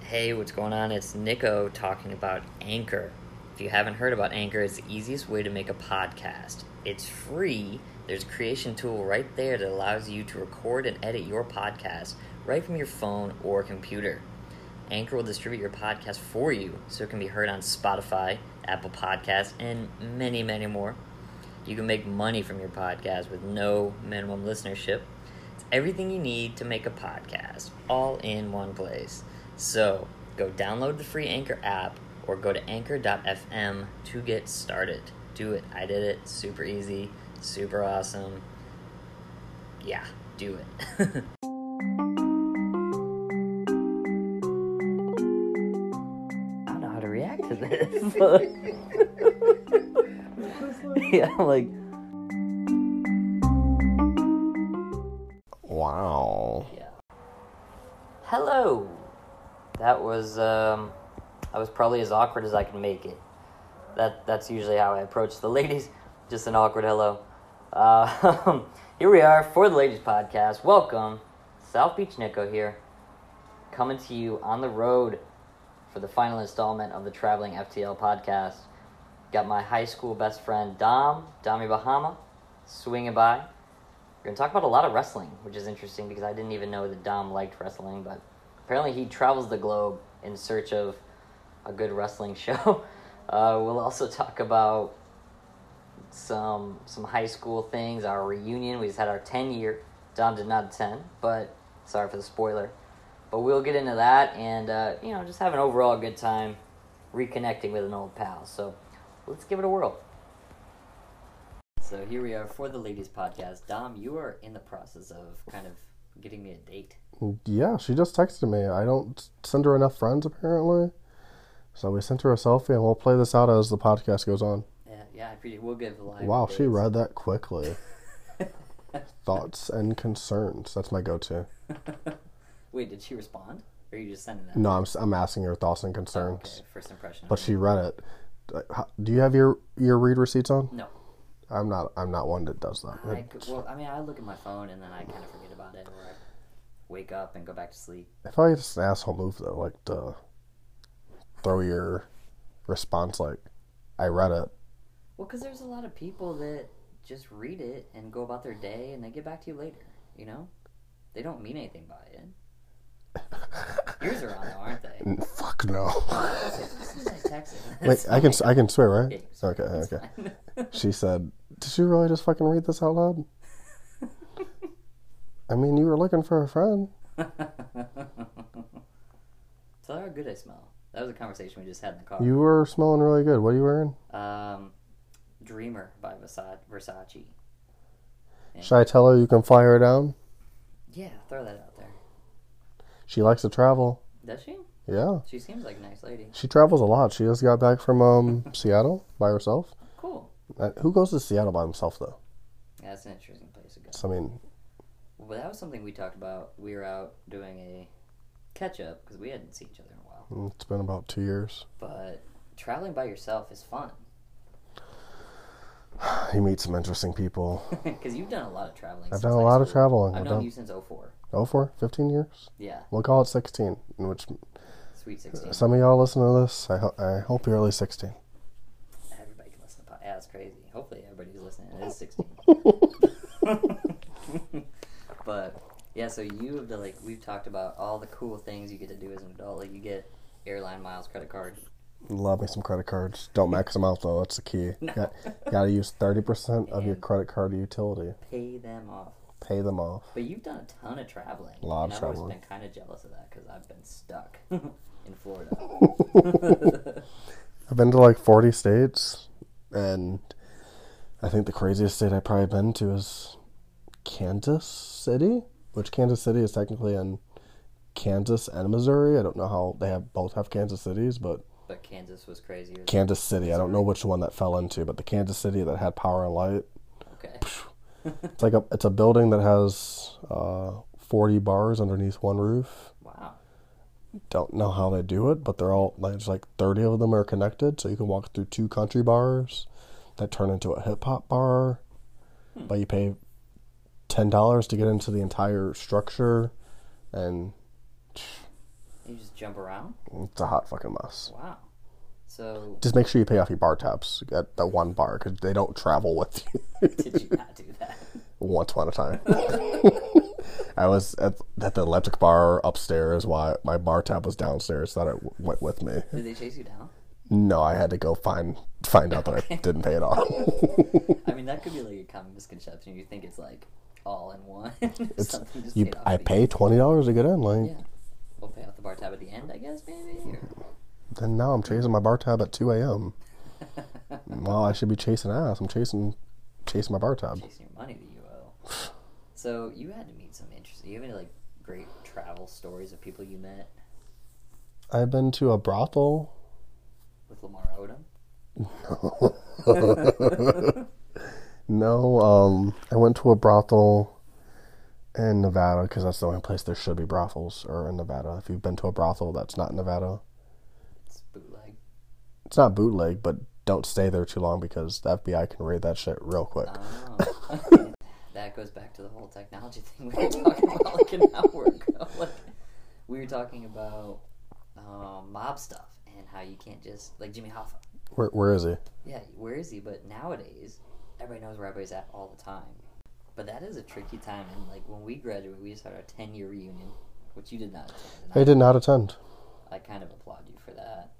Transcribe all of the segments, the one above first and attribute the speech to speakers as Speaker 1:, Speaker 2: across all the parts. Speaker 1: Hey, what's going on? It's Nico talking about Anchor. If you haven't heard about Anchor, it's the easiest way to make a podcast. It's free. There's a creation tool right there that allows you to record and edit your podcast right from your phone or computer. Anchor will distribute your podcast for you so it can be heard on Spotify, Apple Podcasts, and many, many more. You can make money from your podcast with no minimum listenership. It's everything you need to make a podcast, all in one place. So go download the free Anchor app or go to anchor.fm to get started. Do it. I did it. Super easy, super awesome. Yeah, do it. I don't know how to react to this. yeah, like.
Speaker 2: Wow.
Speaker 1: Yeah. Hello. That was um, I was probably as awkward as I could make it. That that's usually how I approach the ladies, just an awkward hello. Uh, here we are for the ladies podcast. Welcome, South Beach Nico here, coming to you on the road for the final installment of the Traveling FTL podcast. Got my high school best friend Dom, Dommy Bahama, swinging by. We're gonna talk about a lot of wrestling, which is interesting because I didn't even know that Dom liked wrestling, but apparently he travels the globe in search of a good wrestling show. Uh, we'll also talk about some some high school things, our reunion. We just had our ten year. Dom did not attend, but sorry for the spoiler. But we'll get into that and uh, you know just have an overall good time reconnecting with an old pal. So let's give it a whirl. So here we are for the ladies podcast. Dom, you are in the process of kind of getting me a date.
Speaker 2: Yeah, she just texted me. I don't send her enough friends apparently. So we sent her a selfie and we'll play this out as the podcast goes on.
Speaker 1: Yeah, yeah, I appreciate. We'll give live.
Speaker 2: Wow, she
Speaker 1: updates.
Speaker 2: read that quickly. Thoughts and concerns. That's my go-to.
Speaker 1: Wait, did she respond? Or are you just sending that?
Speaker 2: No, I'm s- I'm asking her thoughts and
Speaker 1: Okay,
Speaker 2: concerns,
Speaker 1: first impression.
Speaker 2: but she read it. Uh, how- Do you have your your read receipts on?
Speaker 1: no.
Speaker 2: I'm not I'm not one that does that.
Speaker 1: I, could- well, I mean, I look at my phone and then I kind of forget about it, or I wake up and go back to sleep.
Speaker 2: I feel like it's an asshole move though, like to throw your response like I read it.
Speaker 1: Well, because there's a lot of people that just read it and go about their day, and they get back to you later. You know, they don't mean anything by it. Yours are on, though, aren't they?
Speaker 2: N- Fuck no.
Speaker 1: This is like Texas.
Speaker 2: Wait, I can I can swear,
Speaker 1: Yeah,
Speaker 2: right?
Speaker 1: you can
Speaker 2: Okay, okay. She said, "Did you really just fucking read this out loud?" I mean, you were looking for a friend.
Speaker 1: Tell her how good I smell. That was a conversation we just had in the car.
Speaker 2: You were smelling really good. What are you wearing?
Speaker 1: Um, Dreamer by Versa- Versace.
Speaker 2: Should I tell her you can fly her down?
Speaker 1: Yeah, throw that out there.
Speaker 2: She likes to travel.
Speaker 1: Does she?
Speaker 2: Yeah,
Speaker 1: She seems like a nice lady.
Speaker 2: she travels a lot. She just got back from um Seattle by herself.
Speaker 1: Cool.
Speaker 2: Uh, Who goes to Seattle by himself though?
Speaker 1: Yeah, that's an interesting place to go.
Speaker 2: So, I mean,
Speaker 1: Well, that was something we talked about. We were out doing a catch up because we hadn't seen each other in a while.
Speaker 2: it's been about two years.
Speaker 1: But traveling by yourself is fun
Speaker 2: You meet some interesting people.
Speaker 1: because you've done a lot of traveling.
Speaker 2: I've
Speaker 1: since
Speaker 2: done a
Speaker 1: high
Speaker 2: lot of
Speaker 1: school.
Speaker 2: traveling.
Speaker 1: I've
Speaker 2: I've
Speaker 1: known
Speaker 2: done
Speaker 1: you since 04.
Speaker 2: oh four, 15 years.
Speaker 1: Yeah,
Speaker 2: We'll call it 16, in which
Speaker 1: sweet 16.
Speaker 2: Some of y'all listen to this. I, ho- I hope you're at least 16.
Speaker 1: Everybody can listen to podcasts. Yeah, it's crazy. Hopefully, everybody who's listening is 16. but yeah, so you have to like we've talked about all the cool things you get to do as an adult. Like you get airline miles, credit card.
Speaker 2: Love me some credit cards. Don't max them out though. That's the key. Got, gotta use 30% of your credit card utility.
Speaker 1: Pay them off.
Speaker 2: Pay them off.
Speaker 1: But you've done a ton of traveling.
Speaker 2: A lot of
Speaker 1: and I've always
Speaker 2: traveling.
Speaker 1: been kind of jealous of that because I've been stuck in Florida.
Speaker 2: I've been to like 40 states, and I think the craziest state I've probably been to is Kansas City, which Kansas City is technically in Kansas and Missouri. I don't know how they have both have Kansas cities, but
Speaker 1: but Kansas was crazy.
Speaker 2: Kansas City. I don't know which one that fell into, but the Kansas City that had power and light
Speaker 1: Okay.
Speaker 2: It's like a it's a building that has uh, forty bars underneath one roof.
Speaker 1: Wow.
Speaker 2: Don't know how they do it, but they're all there's like thirty of them are connected, so you can walk through two country bars that turn into a hip hop bar. But you pay ten dollars to get into the entire structure, and
Speaker 1: You just jump around?
Speaker 2: It's a hot fucking mess.
Speaker 1: Wow. So,
Speaker 2: Just make sure you pay off your bar tabs at the one bar because they don't travel with you
Speaker 1: did you not do that?
Speaker 2: once upon a time. I was at, at the electric bar upstairs while my bar tab was downstairs. Thought it w- went with me.
Speaker 1: Did they chase you down?
Speaker 2: No, I had to go find find out that I didn't pay it off.
Speaker 1: I mean, that could be like a common misconception. You think it's like all in one. Something just
Speaker 2: you,
Speaker 1: paid off
Speaker 2: I
Speaker 1: at the-
Speaker 2: pay twenty dollars to get in. Like
Speaker 1: Yeah. We'll pay off the bar tab at the end, I guess, maybe? Or...
Speaker 2: then now I'm chasing my bar tab at two a.m. well, I should be chasing ass. I'm chasing chasing my bar tab.
Speaker 1: chasing your money that you owe. So you had to meet some interesting. You have any like great travel stories of people you met
Speaker 2: I've been to a brothel.
Speaker 1: with Lamar Odom?
Speaker 2: No, um, I went to a brothel in Nevada because that's the only place there should be brothels or in Nevada. If you've been to a brothel that's not in Nevada,
Speaker 1: It's bootleg.
Speaker 2: it's not bootleg, but don't stay there too long because the FBI can raid that shit real quick.
Speaker 1: Oh. that goes back to the whole technology thing we were talking about like an hour ago. Like, we were talking about um, mob stuff and how you can't just like Jimmy Hoffa.
Speaker 2: Where, where is he?
Speaker 1: Yeah, where is he? But nowadays, everybody knows where everybody's at all the time. But that is a tricky time. And like when we graduated, we just had our ten year reunion, which you did not attend. and I
Speaker 2: I did not attend.
Speaker 1: I kind of applaud you for that.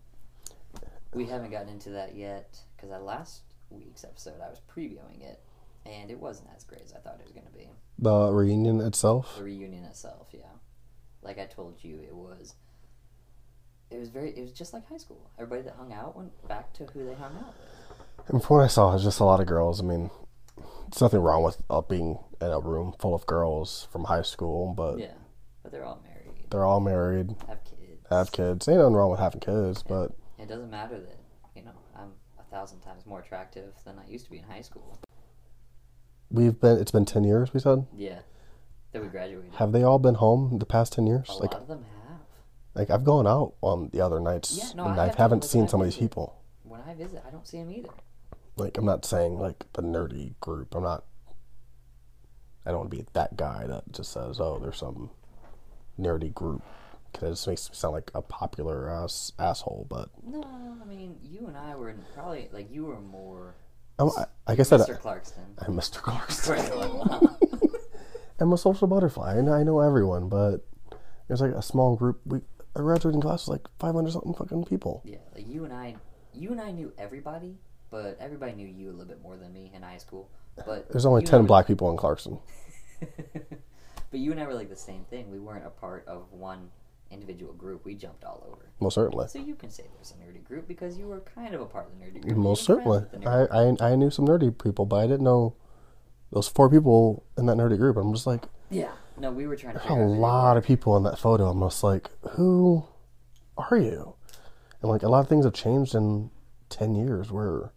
Speaker 1: We haven't gotten into that yet because at last week's episode I was previewing it, and it wasn't as great as I thought it was going to be.
Speaker 2: The reunion itself.
Speaker 1: The reunion itself, yeah, like I told you, it was. It was very. It was just like high school. Everybody that hung out went back to who they hung out. with.
Speaker 2: And from what I saw, it's just a lot of girls. I mean, it's nothing wrong with uh, being in a room full of girls from high school, but
Speaker 1: Yeah, but they're all married,
Speaker 2: they're all married,
Speaker 1: have kids.
Speaker 2: have kids. Ain't nothing wrong with having kids, but
Speaker 1: It doesn't matter that you know I'm a thousand times more attractive than I used to be in high school.
Speaker 2: we've been. It's been ten years. We said.
Speaker 1: Yeah, that we graduated.
Speaker 2: Have they all been home the past ten years?
Speaker 1: A
Speaker 2: like,
Speaker 1: lot of them have.
Speaker 2: like I've gone out on the other nights,
Speaker 1: Yeah, no,
Speaker 2: and
Speaker 1: I
Speaker 2: I,
Speaker 1: have
Speaker 2: haven't
Speaker 1: been,
Speaker 2: seen
Speaker 1: like,
Speaker 2: some of
Speaker 1: I
Speaker 2: these
Speaker 1: visit.
Speaker 2: people.
Speaker 1: When I visit, I don't see them either.
Speaker 2: Like, I'm not saying like the nerdy group. I'm not. I don't want to be that guy that just says, "Oh, there's some nerdy group," because it just makes me sound like a popular ass asshole. But
Speaker 1: No, I mean you and I were in probably like you were more
Speaker 2: I'm, I, like I said,
Speaker 1: Mr. Clarkston.
Speaker 2: I, am Mr. Clarkson.
Speaker 1: Right.
Speaker 2: I'm a social butterfly, and I know everyone. But there's like a small group. We our graduating class was like 500 something fucking people.
Speaker 1: yeah, like you and I, you and I knew everybody, but everybody knew you a little bit more than me in high school. But
Speaker 2: There's only
Speaker 1: you and I
Speaker 2: 10
Speaker 1: were-
Speaker 2: black people in Clarkson.
Speaker 1: But you and I were like the same thing. We weren't a part of one individual group. We jumped all over.
Speaker 2: Most certainly.
Speaker 1: So you can say there's a nerdy group because you were kind of a part of the nerdy group. You
Speaker 2: Most
Speaker 1: were friends
Speaker 2: certainly.
Speaker 1: with the nerdy
Speaker 2: I, I I knew some nerdy people, but I didn't know those four people in that nerdy group. I'm just like
Speaker 1: Yeah. No, we were trying to
Speaker 2: a
Speaker 1: figure out. who-
Speaker 2: lot of people in that photo. I'm just like, who are you? And like a lot of things have changed in ten years where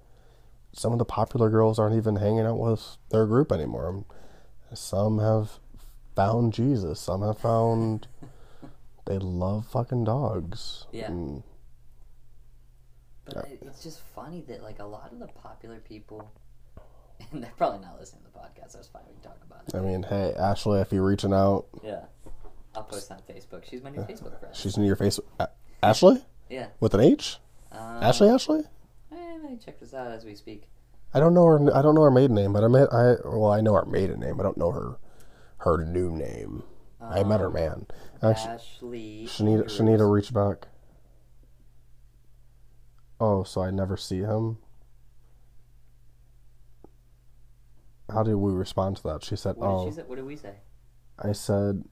Speaker 2: some of the popular girls aren't even hanging out with their group anymore. Some have found Jesus. Some have found they love fucking dogs. Mm.
Speaker 1: Yeah.
Speaker 2: And
Speaker 1: But it, it's just funny that like a lot of the popular people, and they're probably not listening to the podcast. That's fine. We can talk about it.
Speaker 2: I mean, hey Ashley, if you're reaching out,
Speaker 1: Yeah, I'll post on Facebook. She's my new Facebook friend.
Speaker 2: she's in your face. A- Ashley.
Speaker 1: Yeah.
Speaker 2: With an H?
Speaker 1: Um,
Speaker 2: Ashley Ashley?
Speaker 1: eh, let me check this out as we speak.
Speaker 2: I don't know her. I don't know her maiden name, but I met. I well, I know her maiden name. I don't know her her new name. I met her man. Actually,
Speaker 1: Uh, Ashley.
Speaker 2: Shanita
Speaker 1: Andrews.
Speaker 2: Shanita reached back. Oh, so I never see him. How did we respond to that? She said,
Speaker 1: What
Speaker 2: "Oh,
Speaker 1: did she say? What did we say?
Speaker 2: I said,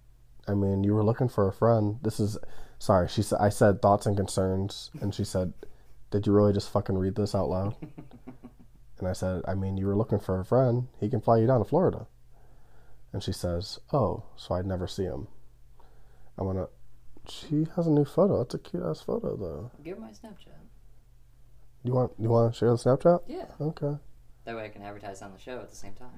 Speaker 2: I mean, you were looking for a friend. This is, sorry. She said, I said thoughts and concerns, and she said, did you really just fucking read this out loud? and I said, I mean, you were looking for a friend. He can fly you down to Florida. And she says, oh, so I'd never see him. I'm gonna. She has a new photo. That's a cute ass photo, though.
Speaker 1: Give her my Snapchat.
Speaker 2: You want you want to share the Snapchat?
Speaker 1: Yeah.
Speaker 2: Okay.
Speaker 1: That way I can advertise on the show at the same time.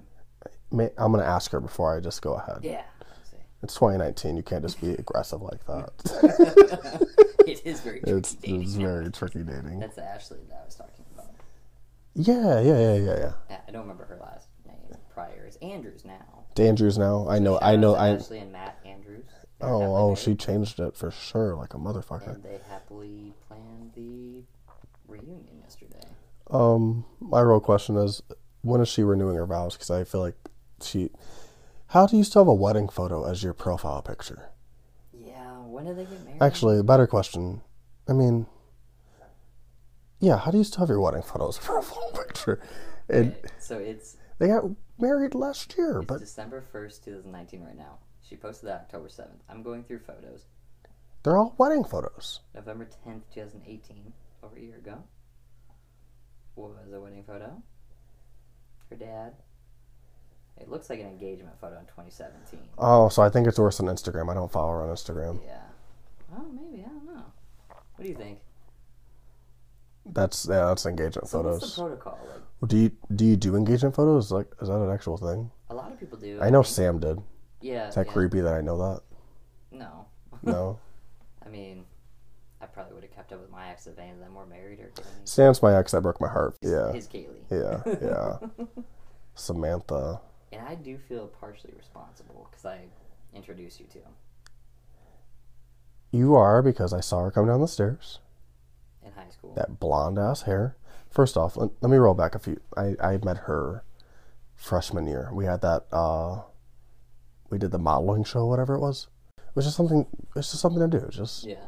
Speaker 2: May, I'm gonna ask her before I just go ahead.
Speaker 1: Yeah. Let's see.
Speaker 2: It's 2019. You can't just be aggressive like that.
Speaker 1: It is very tricky
Speaker 2: It's,
Speaker 1: dating.
Speaker 2: it's very tricky dating.
Speaker 1: That's the Ashley that I was talking about.
Speaker 2: Yeah, yeah, yeah, yeah, yeah.
Speaker 1: Yeah, I don't remember her last name prior. It's Andrews now.
Speaker 2: Andrews now. I know.
Speaker 1: Shout
Speaker 2: I
Speaker 1: out
Speaker 2: know.
Speaker 1: to
Speaker 2: I
Speaker 1: Ashley and Matt Andrews.
Speaker 2: Oh, oh, she changed it for sure, like a motherfucker.
Speaker 1: And they happily planned the reunion yesterday.
Speaker 2: Um, my real question is, when is she renewing her vows? Because I feel like she. How do you still have a wedding photo as your profile picture?
Speaker 1: Yeah, when did they get married?
Speaker 2: Actually, better question. I mean, yeah, how do you still have your wedding photo as a profile picture? And
Speaker 1: Okay, so it's,
Speaker 2: they got married last year,
Speaker 1: it's
Speaker 2: but
Speaker 1: December 1st, 2019 right now. She posted that October 7th. I'm going through photos.
Speaker 2: they're all wedding photos.
Speaker 1: November 10th, 2018, over a year ago, was a wedding photo. Her dad. It looks like an engagement photo in 2017.
Speaker 2: Oh, so I think it's worse than Instagram. I don't follow her on Instagram.
Speaker 1: Yeah. Oh, maybe. I don't know. What do you think?
Speaker 2: That's yeah, that's engagement
Speaker 1: So what's the
Speaker 2: photos.
Speaker 1: protocol? Like,
Speaker 2: Do you do you do engagement photos? Like, is that an actual thing?
Speaker 1: a lot of people do.
Speaker 2: I know
Speaker 1: think.
Speaker 2: Sam did.
Speaker 1: Yeah.
Speaker 2: Is that
Speaker 1: yeah.
Speaker 2: creepy that I know that?
Speaker 1: No.
Speaker 2: No.
Speaker 1: I mean, I probably would have kept up with my ex if any of them were married or getting
Speaker 2: Sam's my ex that broke my heart. Yeah.
Speaker 1: his Kaylee.
Speaker 2: Yeah. Yeah. Samantha.
Speaker 1: And I do feel partially responsible because I introduced you to him
Speaker 2: You are because I saw her come down the stairs.
Speaker 1: in high school.
Speaker 2: That blonde ass hair. First off, let, let me roll back a few. I, I met her freshman year. We had that uh we did the modeling show, whatever it was. It was just something it's just something to do. It's Just
Speaker 1: Yeah.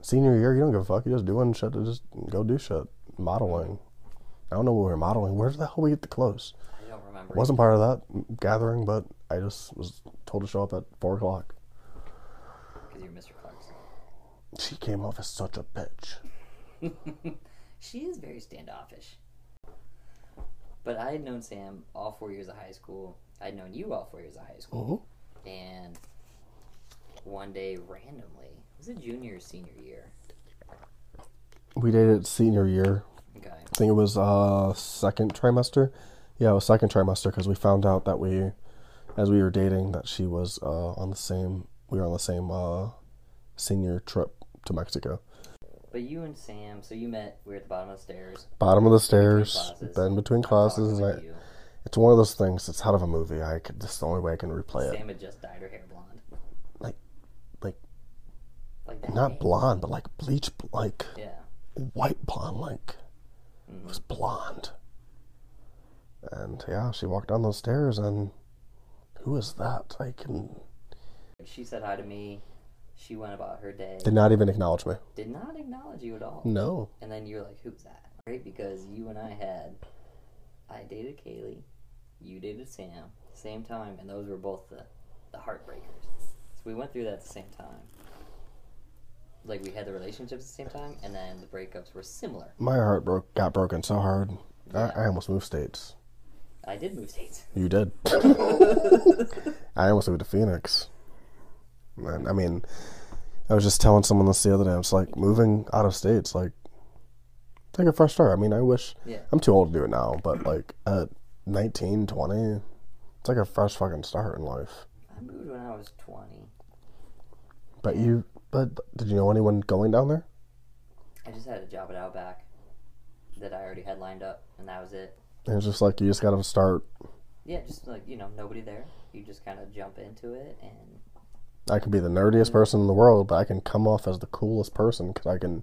Speaker 2: senior year, you don't give a fuck. You just do one shit to just go do shit. Modeling. I don't know what we were modeling. Where the hell we get the clothes?
Speaker 1: I don't remember.
Speaker 2: wasn't part of that gathering, but I just was told to show up at four o'clock.
Speaker 1: Because you're Mr. Clarkson.
Speaker 2: She came off as such a bitch.
Speaker 1: She is very standoffish. But I had known Sam all four years of high school. I'd known you all four years of high school.
Speaker 2: Oh.
Speaker 1: And one day, randomly, it was it junior or senior year?
Speaker 2: We dated senior year.
Speaker 1: Okay.
Speaker 2: I think it was uh second trimester. Yeah, it was second trimester because we found out that we, as we were dating, that she was uh, on the same. We were on the same uh, senior trip to Mexico.
Speaker 1: But you and Sam, so you met, we were at the bottom of the stairs.
Speaker 2: Bottom of the stairs,
Speaker 1: classes.
Speaker 2: been
Speaker 1: talking
Speaker 2: between classes.
Speaker 1: with
Speaker 2: I,
Speaker 1: you.
Speaker 2: it's one of those things. It's out of a movie. I could. This is the only way I can replay it.
Speaker 1: Sam had just dyed her hair blonde.
Speaker 2: Like, like
Speaker 1: Like that. day.
Speaker 2: not blonde, but like bleach, like.
Speaker 1: Yeah.
Speaker 2: white blonde, like it was blonde. And yeah, she walked down those stairs, and who is that? I can
Speaker 1: She said hi to me. She went about her day.
Speaker 2: did not even acknowledge me.
Speaker 1: Did not acknowledge you at all.
Speaker 2: No,
Speaker 1: And then you're like, who's that? Right? Because you and I had, I dated Kaylee, you dated Sam, same time, and those were both the, the heartbreakers. So we went through that at the same time. Like we had the relationships at the same time, and then the breakups were similar.
Speaker 2: my heart broke, got broken so hard. I, I
Speaker 1: Yeah.
Speaker 2: almost moved states.
Speaker 1: I did move states.
Speaker 2: You did. I almost moved to Phoenix. And I mean, I was just telling someone this the other day. It's like moving out of states, like take a fresh start. I mean, I wish
Speaker 1: Yeah.
Speaker 2: I'm too old to do it now, but like at 19, 20, it's like a fresh fucking start in life.
Speaker 1: I moved when I was 20.
Speaker 2: But you, but did you know anyone going down there?
Speaker 1: I just had a job at Outback that I already had lined up, and that was it.
Speaker 2: And it's just like you just got to start.
Speaker 1: Yeah, just like, you know, nobody there. You just kind of jump into it, and
Speaker 2: I could be the nerdiest person in the world, but I can come off as the coolest person because I can.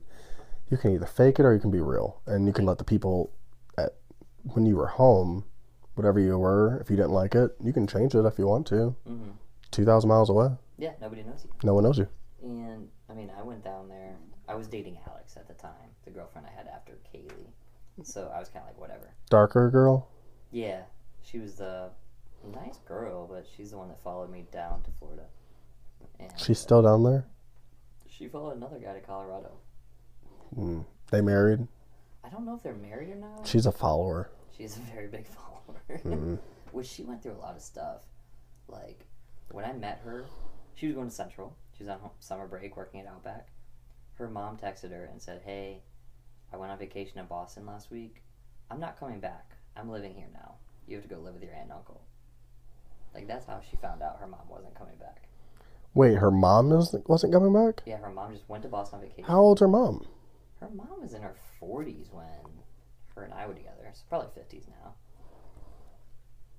Speaker 2: You can either fake it or you can be real, and you can let the people at when you were home, whatever you were, if you didn't like it, you can change it if you want to. Two thousand miles away,
Speaker 1: yeah, nobody knows you.
Speaker 2: no one knows you.
Speaker 1: And I mean, I went down there. I was dating Alex at the time, the girlfriend I had after Kaylee. So I was kind of like, whatever.
Speaker 2: Darker girl,
Speaker 1: Yeah, she was the nice girl, but she's the one that followed me down to Florida. And
Speaker 2: she's still down there.
Speaker 1: she followed another guy to Colorado.
Speaker 2: They married.
Speaker 1: I don't know if they're married or not.
Speaker 2: She's a follower.
Speaker 1: She's a very big follower. Which she went through a lot of stuff. Like, when I met her, she was going to Central. She was on home, summer break working at Outback. Her mom texted her and said, Hey, I went on vacation in Boston last week. I'm not coming back. I'm living here now. You have to go live with your aunt and uncle. Like, that's how she found out her mom wasn't coming back.
Speaker 2: Wait, her mom is wasn't coming back.
Speaker 1: Yeah, her mom just went to Boston on vacation.
Speaker 2: How old's her mom?
Speaker 1: Her mom was in her 40s when her and I were together. So probably 50s now.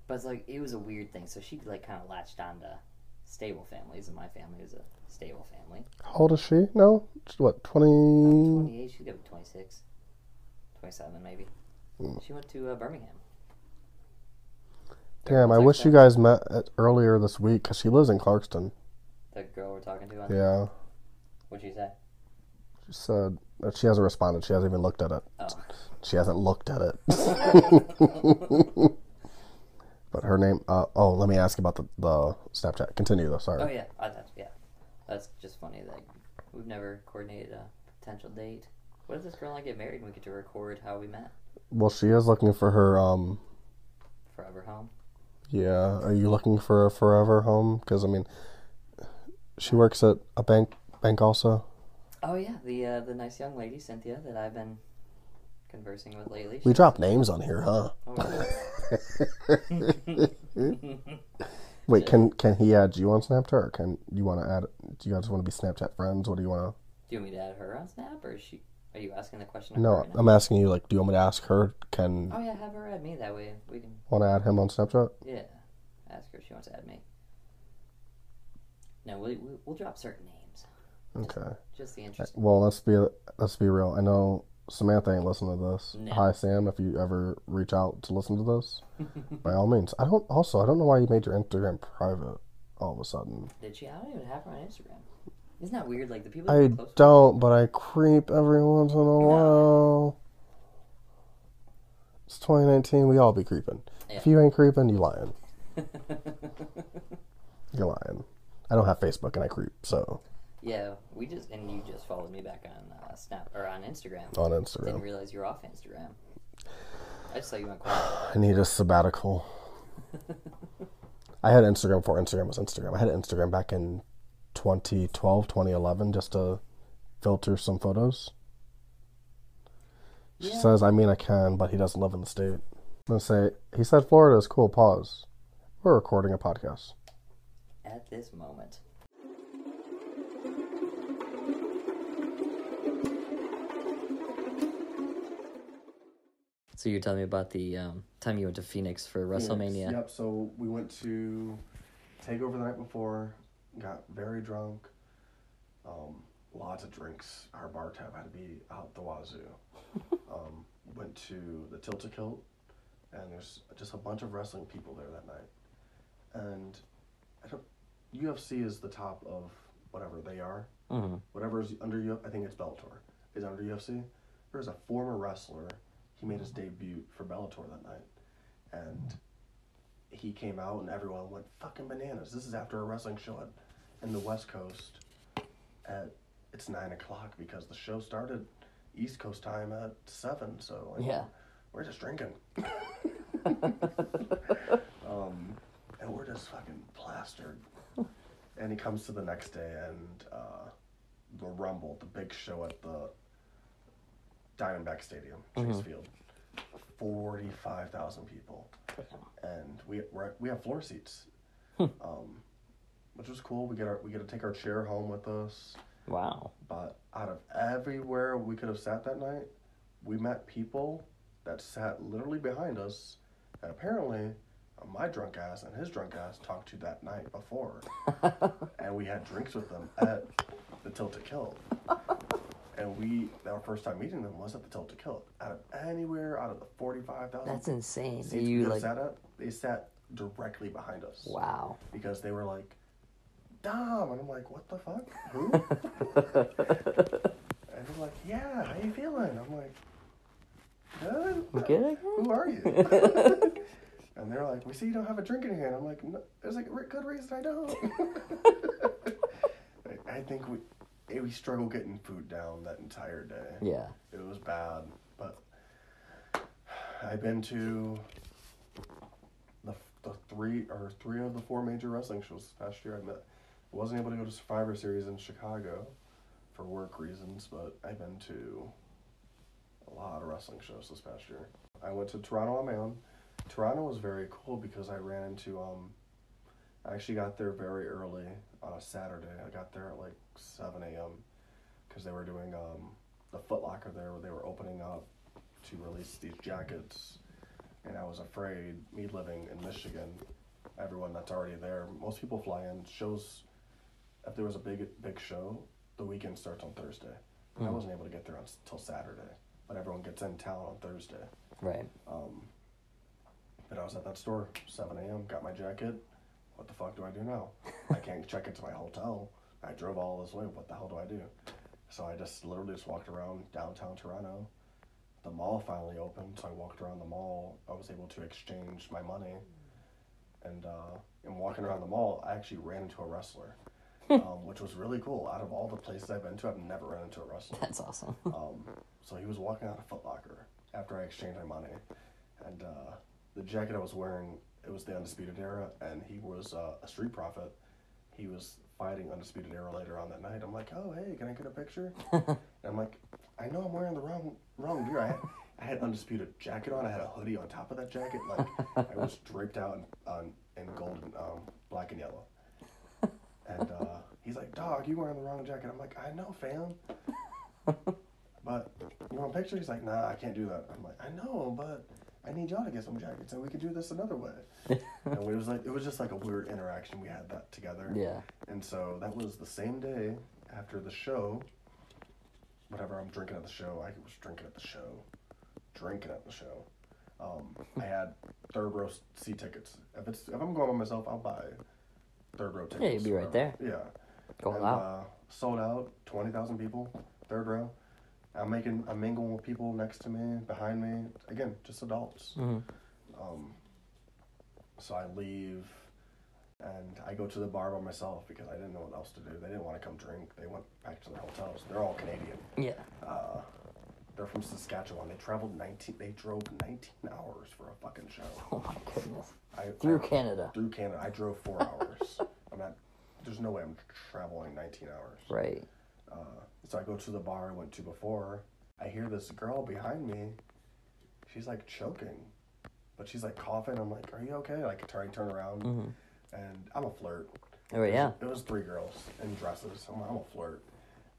Speaker 1: But it's like it was a weird thing. So she like kind of latched on to stable families, and my family was a stable family.
Speaker 2: How old is she? No, what twenty?
Speaker 1: 28, she could be 26, 27 maybe. She went to uh, Birmingham.
Speaker 2: Damn, I wish you guys met at, earlier this week because she lives in Clarkston.
Speaker 1: The girl we're talking to, on yeah.
Speaker 2: Yeah,
Speaker 1: what'd she say?
Speaker 2: she said that uh, she hasn't responded. She hasn't even looked at it.
Speaker 1: Oh,
Speaker 2: She hasn't looked at it. but her name. Uh, oh, let me ask about the, the Snapchat. Continue though. Sorry.
Speaker 1: oh yeah, I, that's, yeah. That's just funny that we've never coordinated a potential date. What if this girl and I get married and we get to record how we met
Speaker 2: Well, she is looking for her. Um.
Speaker 1: forever home?
Speaker 2: Yeah. Are you looking for a forever home? Because I mean, she works at a bank. Bank also.
Speaker 1: Oh yeah, the uh, the nice young lady Cynthia that I've been conversing with lately.
Speaker 2: We drop names on here, huh?
Speaker 1: Oh, yeah.
Speaker 2: Wait, can can he add you on Snapchat, or can you want to add? Do you guys want to be Snapchat friends? What do you want
Speaker 1: Do you want me to add her on Snap, or is she? Are you asking the question?
Speaker 2: to?
Speaker 1: of her
Speaker 2: No, uh,
Speaker 1: now?
Speaker 2: I'm asking you. Like, do you want me to ask her? Can
Speaker 1: Oh yeah, have her add me. That way we can.
Speaker 2: want to add him on Snapchat?
Speaker 1: Yeah, ask her if she wants to add me. No, we, we we'll drop certain names.
Speaker 2: Okay.
Speaker 1: Just the interest.
Speaker 2: Well, let's be let's be real. I know Samantha ain't listening to this.
Speaker 1: No.
Speaker 2: Hi, Sam. If you ever reach out to listen to this, by all means. I don't. Also, I don't know why you made your Instagram private all of a sudden.
Speaker 1: Did she? I don't even have her on Instagram. Isn't that weird? Like the people. that
Speaker 2: I
Speaker 1: we're close to-
Speaker 2: don't, but I creep every once in a while. It's 2019. We all be creeping. If you ain't creeping, you lying. You're lying. I don't have Facebook and I creep, so
Speaker 1: Yeah, we just and you just followed me back on uh, Snap or on Instagram.
Speaker 2: on
Speaker 1: Didn't
Speaker 2: Instagram.
Speaker 1: realize you were off Instagram. I just thought you went quiet.
Speaker 2: I need a sabbatical. I had Instagram before Instagram was Instagram. I had Instagram back in 2012, 2011, just to filter some photos. She
Speaker 1: Yeah.
Speaker 2: says, I mean, I can, but he doesn't live in the state. I'm going to say, he said Florida is cool. Pause. We're recording a podcast.
Speaker 1: At this moment. So you're telling me about the um, time you went to Phoenix for WrestleMania.
Speaker 2: Yep. So we went to take over the night before, got very drunk, um, lots of drinks. Our bar tab had to be out the wazoo. um, went to the Tilt a Kilt, and there's just a bunch of wrestling people there that night. And I don't, UFC is the top of whatever they are.
Speaker 1: Mhm.
Speaker 2: Whatever is under U, I think it's Bellator is under UFC. There's a former wrestler. He made his debut for Bellator that night, and he came out and everyone went fucking bananas. This is after a wrestling show at, in the West Coast. At it's nine o'clock because the show started East Coast time at seven. So like,
Speaker 1: Yeah.
Speaker 2: we're just drinking. um, and we're just fucking plastered. and he comes to the next day and uh, the Rumble, the big show at the Diamondback Stadium, Chase Field. 45,000 people. And we we're, we have floor seats. um, which was cool. We get our we get to take our chair home with us.
Speaker 1: Wow.
Speaker 2: But out of everywhere we could have sat that night, we met people that sat literally behind us that apparently uh, my drunk ass and his drunk ass talked to that night before. and we had drinks with them at the Tilt a Kill. And we, our first time meeting them was at the Tilt a Kill. Out of anywhere, out of the 45,000
Speaker 1: That's insane. So
Speaker 2: seats we
Speaker 1: you
Speaker 2: could have
Speaker 1: like
Speaker 2: sat at, they sat directly behind us
Speaker 1: wow.
Speaker 2: because they were like, Dom, and I'm like, what the fuck? Who? and they're like, yeah, how you feeling? I'm like, good.
Speaker 1: Good again?
Speaker 2: Who are you? and they're like, we see you don't have a drink in your hand. I'm like, no, there's like a re- good reason I don't. Like, I think we eh, we struggled getting food down that entire day.
Speaker 1: Yeah.
Speaker 2: It was bad, but I've been to the, the three or three of the four major wrestling shows this past year. I met wasn't able to go to Survivor Series in Chicago for work reasons, but I've been to a lot of wrestling shows this past year. I went to Toronto on my own. Toronto was very cool because I ran into um I actually got there very early on a Saturday. I got there at like seven a.m. because they were doing um the Foot Locker there where they were opening up to release these jackets, and I was afraid me living in Michigan everyone that's already there. Most people fly in. Shows, if there was a big big show, the weekend starts on Thursday. And I
Speaker 1: Mhm.
Speaker 2: wasn't able to get there until Saturday, but everyone gets in town on Thursday.
Speaker 1: Right.
Speaker 2: Um, but I was at that store, 7 a.m., got my jacket. What the fuck do I do now? I can't check into my hotel. I drove all this way. What the hell do I do? So I just literally just walked around downtown Toronto. The mall finally opened, so I walked around the mall. I was able to exchange my money. And uh, in walking around the mall, I actually ran into a wrestler, um, which was really cool. Out of all the places I've been to, I've never run into a wrestler.
Speaker 1: That's awesome.
Speaker 2: Um, so he was walking out of Foot Locker after I exchanged my money, and uh, the jacket I was wearing it was the Undisputed Era, and he was uh, a street profit. He was fighting Undisputed Era later on that night. I'm like, oh hey, can I get a picture? and I'm like, I know I'm wearing the wrong wrong gear. I had, I had Undisputed jacket on. I had a hoodie on top of that jacket. Like I was draped out in, on, in gold and um, black and yellow. And uh, he's like, dog, you wearing the wrong jacket. I'm like, I know, fam. But you want a picture? He's like, nah, I can't do that. I'm like, I know, but I need y'all to get some jackets, and we could do this another way. and we was like, it was just like a weird interaction we had that together.
Speaker 1: Yeah.
Speaker 2: And so that was the same day after the show. Whatever I'm drinking at the show, I was drinking at the show, drinking at the show. Um, I had third row C tickets. If it's if I'm going by myself, I'll buy third row tickets.
Speaker 1: Yeah, you'd be right
Speaker 2: whatever. Yeah
Speaker 1: Going
Speaker 2: and,
Speaker 1: out.
Speaker 2: Uh, sold out, twenty thousand people, third row. I'm making, I'm mingling with people next to me, behind me. Again, just adults.
Speaker 1: Mm-hmm.
Speaker 2: Um, so I leave, and I go to the bar by myself because I didn't know what else to do. They didn't want to come drink. They went back to their hotels. They're all Canadian.
Speaker 1: Yeah.
Speaker 2: Uh, they're from Saskatchewan. They traveled nineteen. They drove nineteen hours for a fucking show.
Speaker 1: Oh my goodness.
Speaker 2: I,
Speaker 1: Through
Speaker 2: I-
Speaker 1: Canada.
Speaker 2: Through Canada, I drove four hours. I'm not. There's no way I'm traveling nineteen hours.
Speaker 1: Right.
Speaker 2: Uh, so I go to the bar I went to before. I hear this girl behind me. She's like choking, but she's like coughing. I'm like, "Are you okay?" Like, turn turn around, and I'm a flirt.
Speaker 1: Mm-hmm. Oh yeah.
Speaker 2: It was three girls in dresses. I'm, I'm a flirt,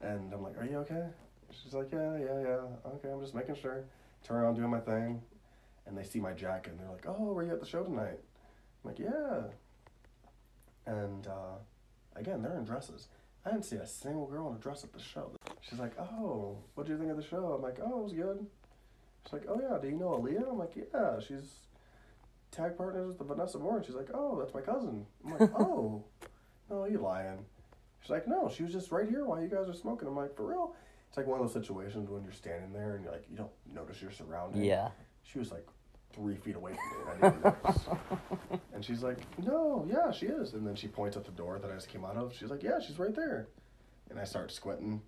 Speaker 2: and I'm like, "Are you okay?" She's like, "Yeah, yeah, yeah. Okay, I'm just making sure." Turn around, doing my thing, and they see my jacket, and they're like, "Oh, were you at the show tonight?" I'm like, "Yeah." And uh, again, they're in dresses. I didn't see a single girl in a dress at the show. She's like, "Oh, what do you think of the show?" I'm like, "Oh, it was good." She's like, "Oh yeah, do you know Aaliyah?" I'm like, "Yeah, she's tag partners with the Vanessa Moore." She's like, "Oh, that's my cousin." I'm like, "Oh, no, you lying." She's like, "No, she was just right here while you guys were smoking." I'm like, "For real?" It's like one of those situations when you're standing there and you're like, you don't notice your surroundings.
Speaker 1: Yeah.
Speaker 2: She was like three feet away from me, and I didn't even notice. and she's like, "No, yeah, she is." And then she points at the door that I just came out of. She's like, "Yeah, she's right there." And I start squinting.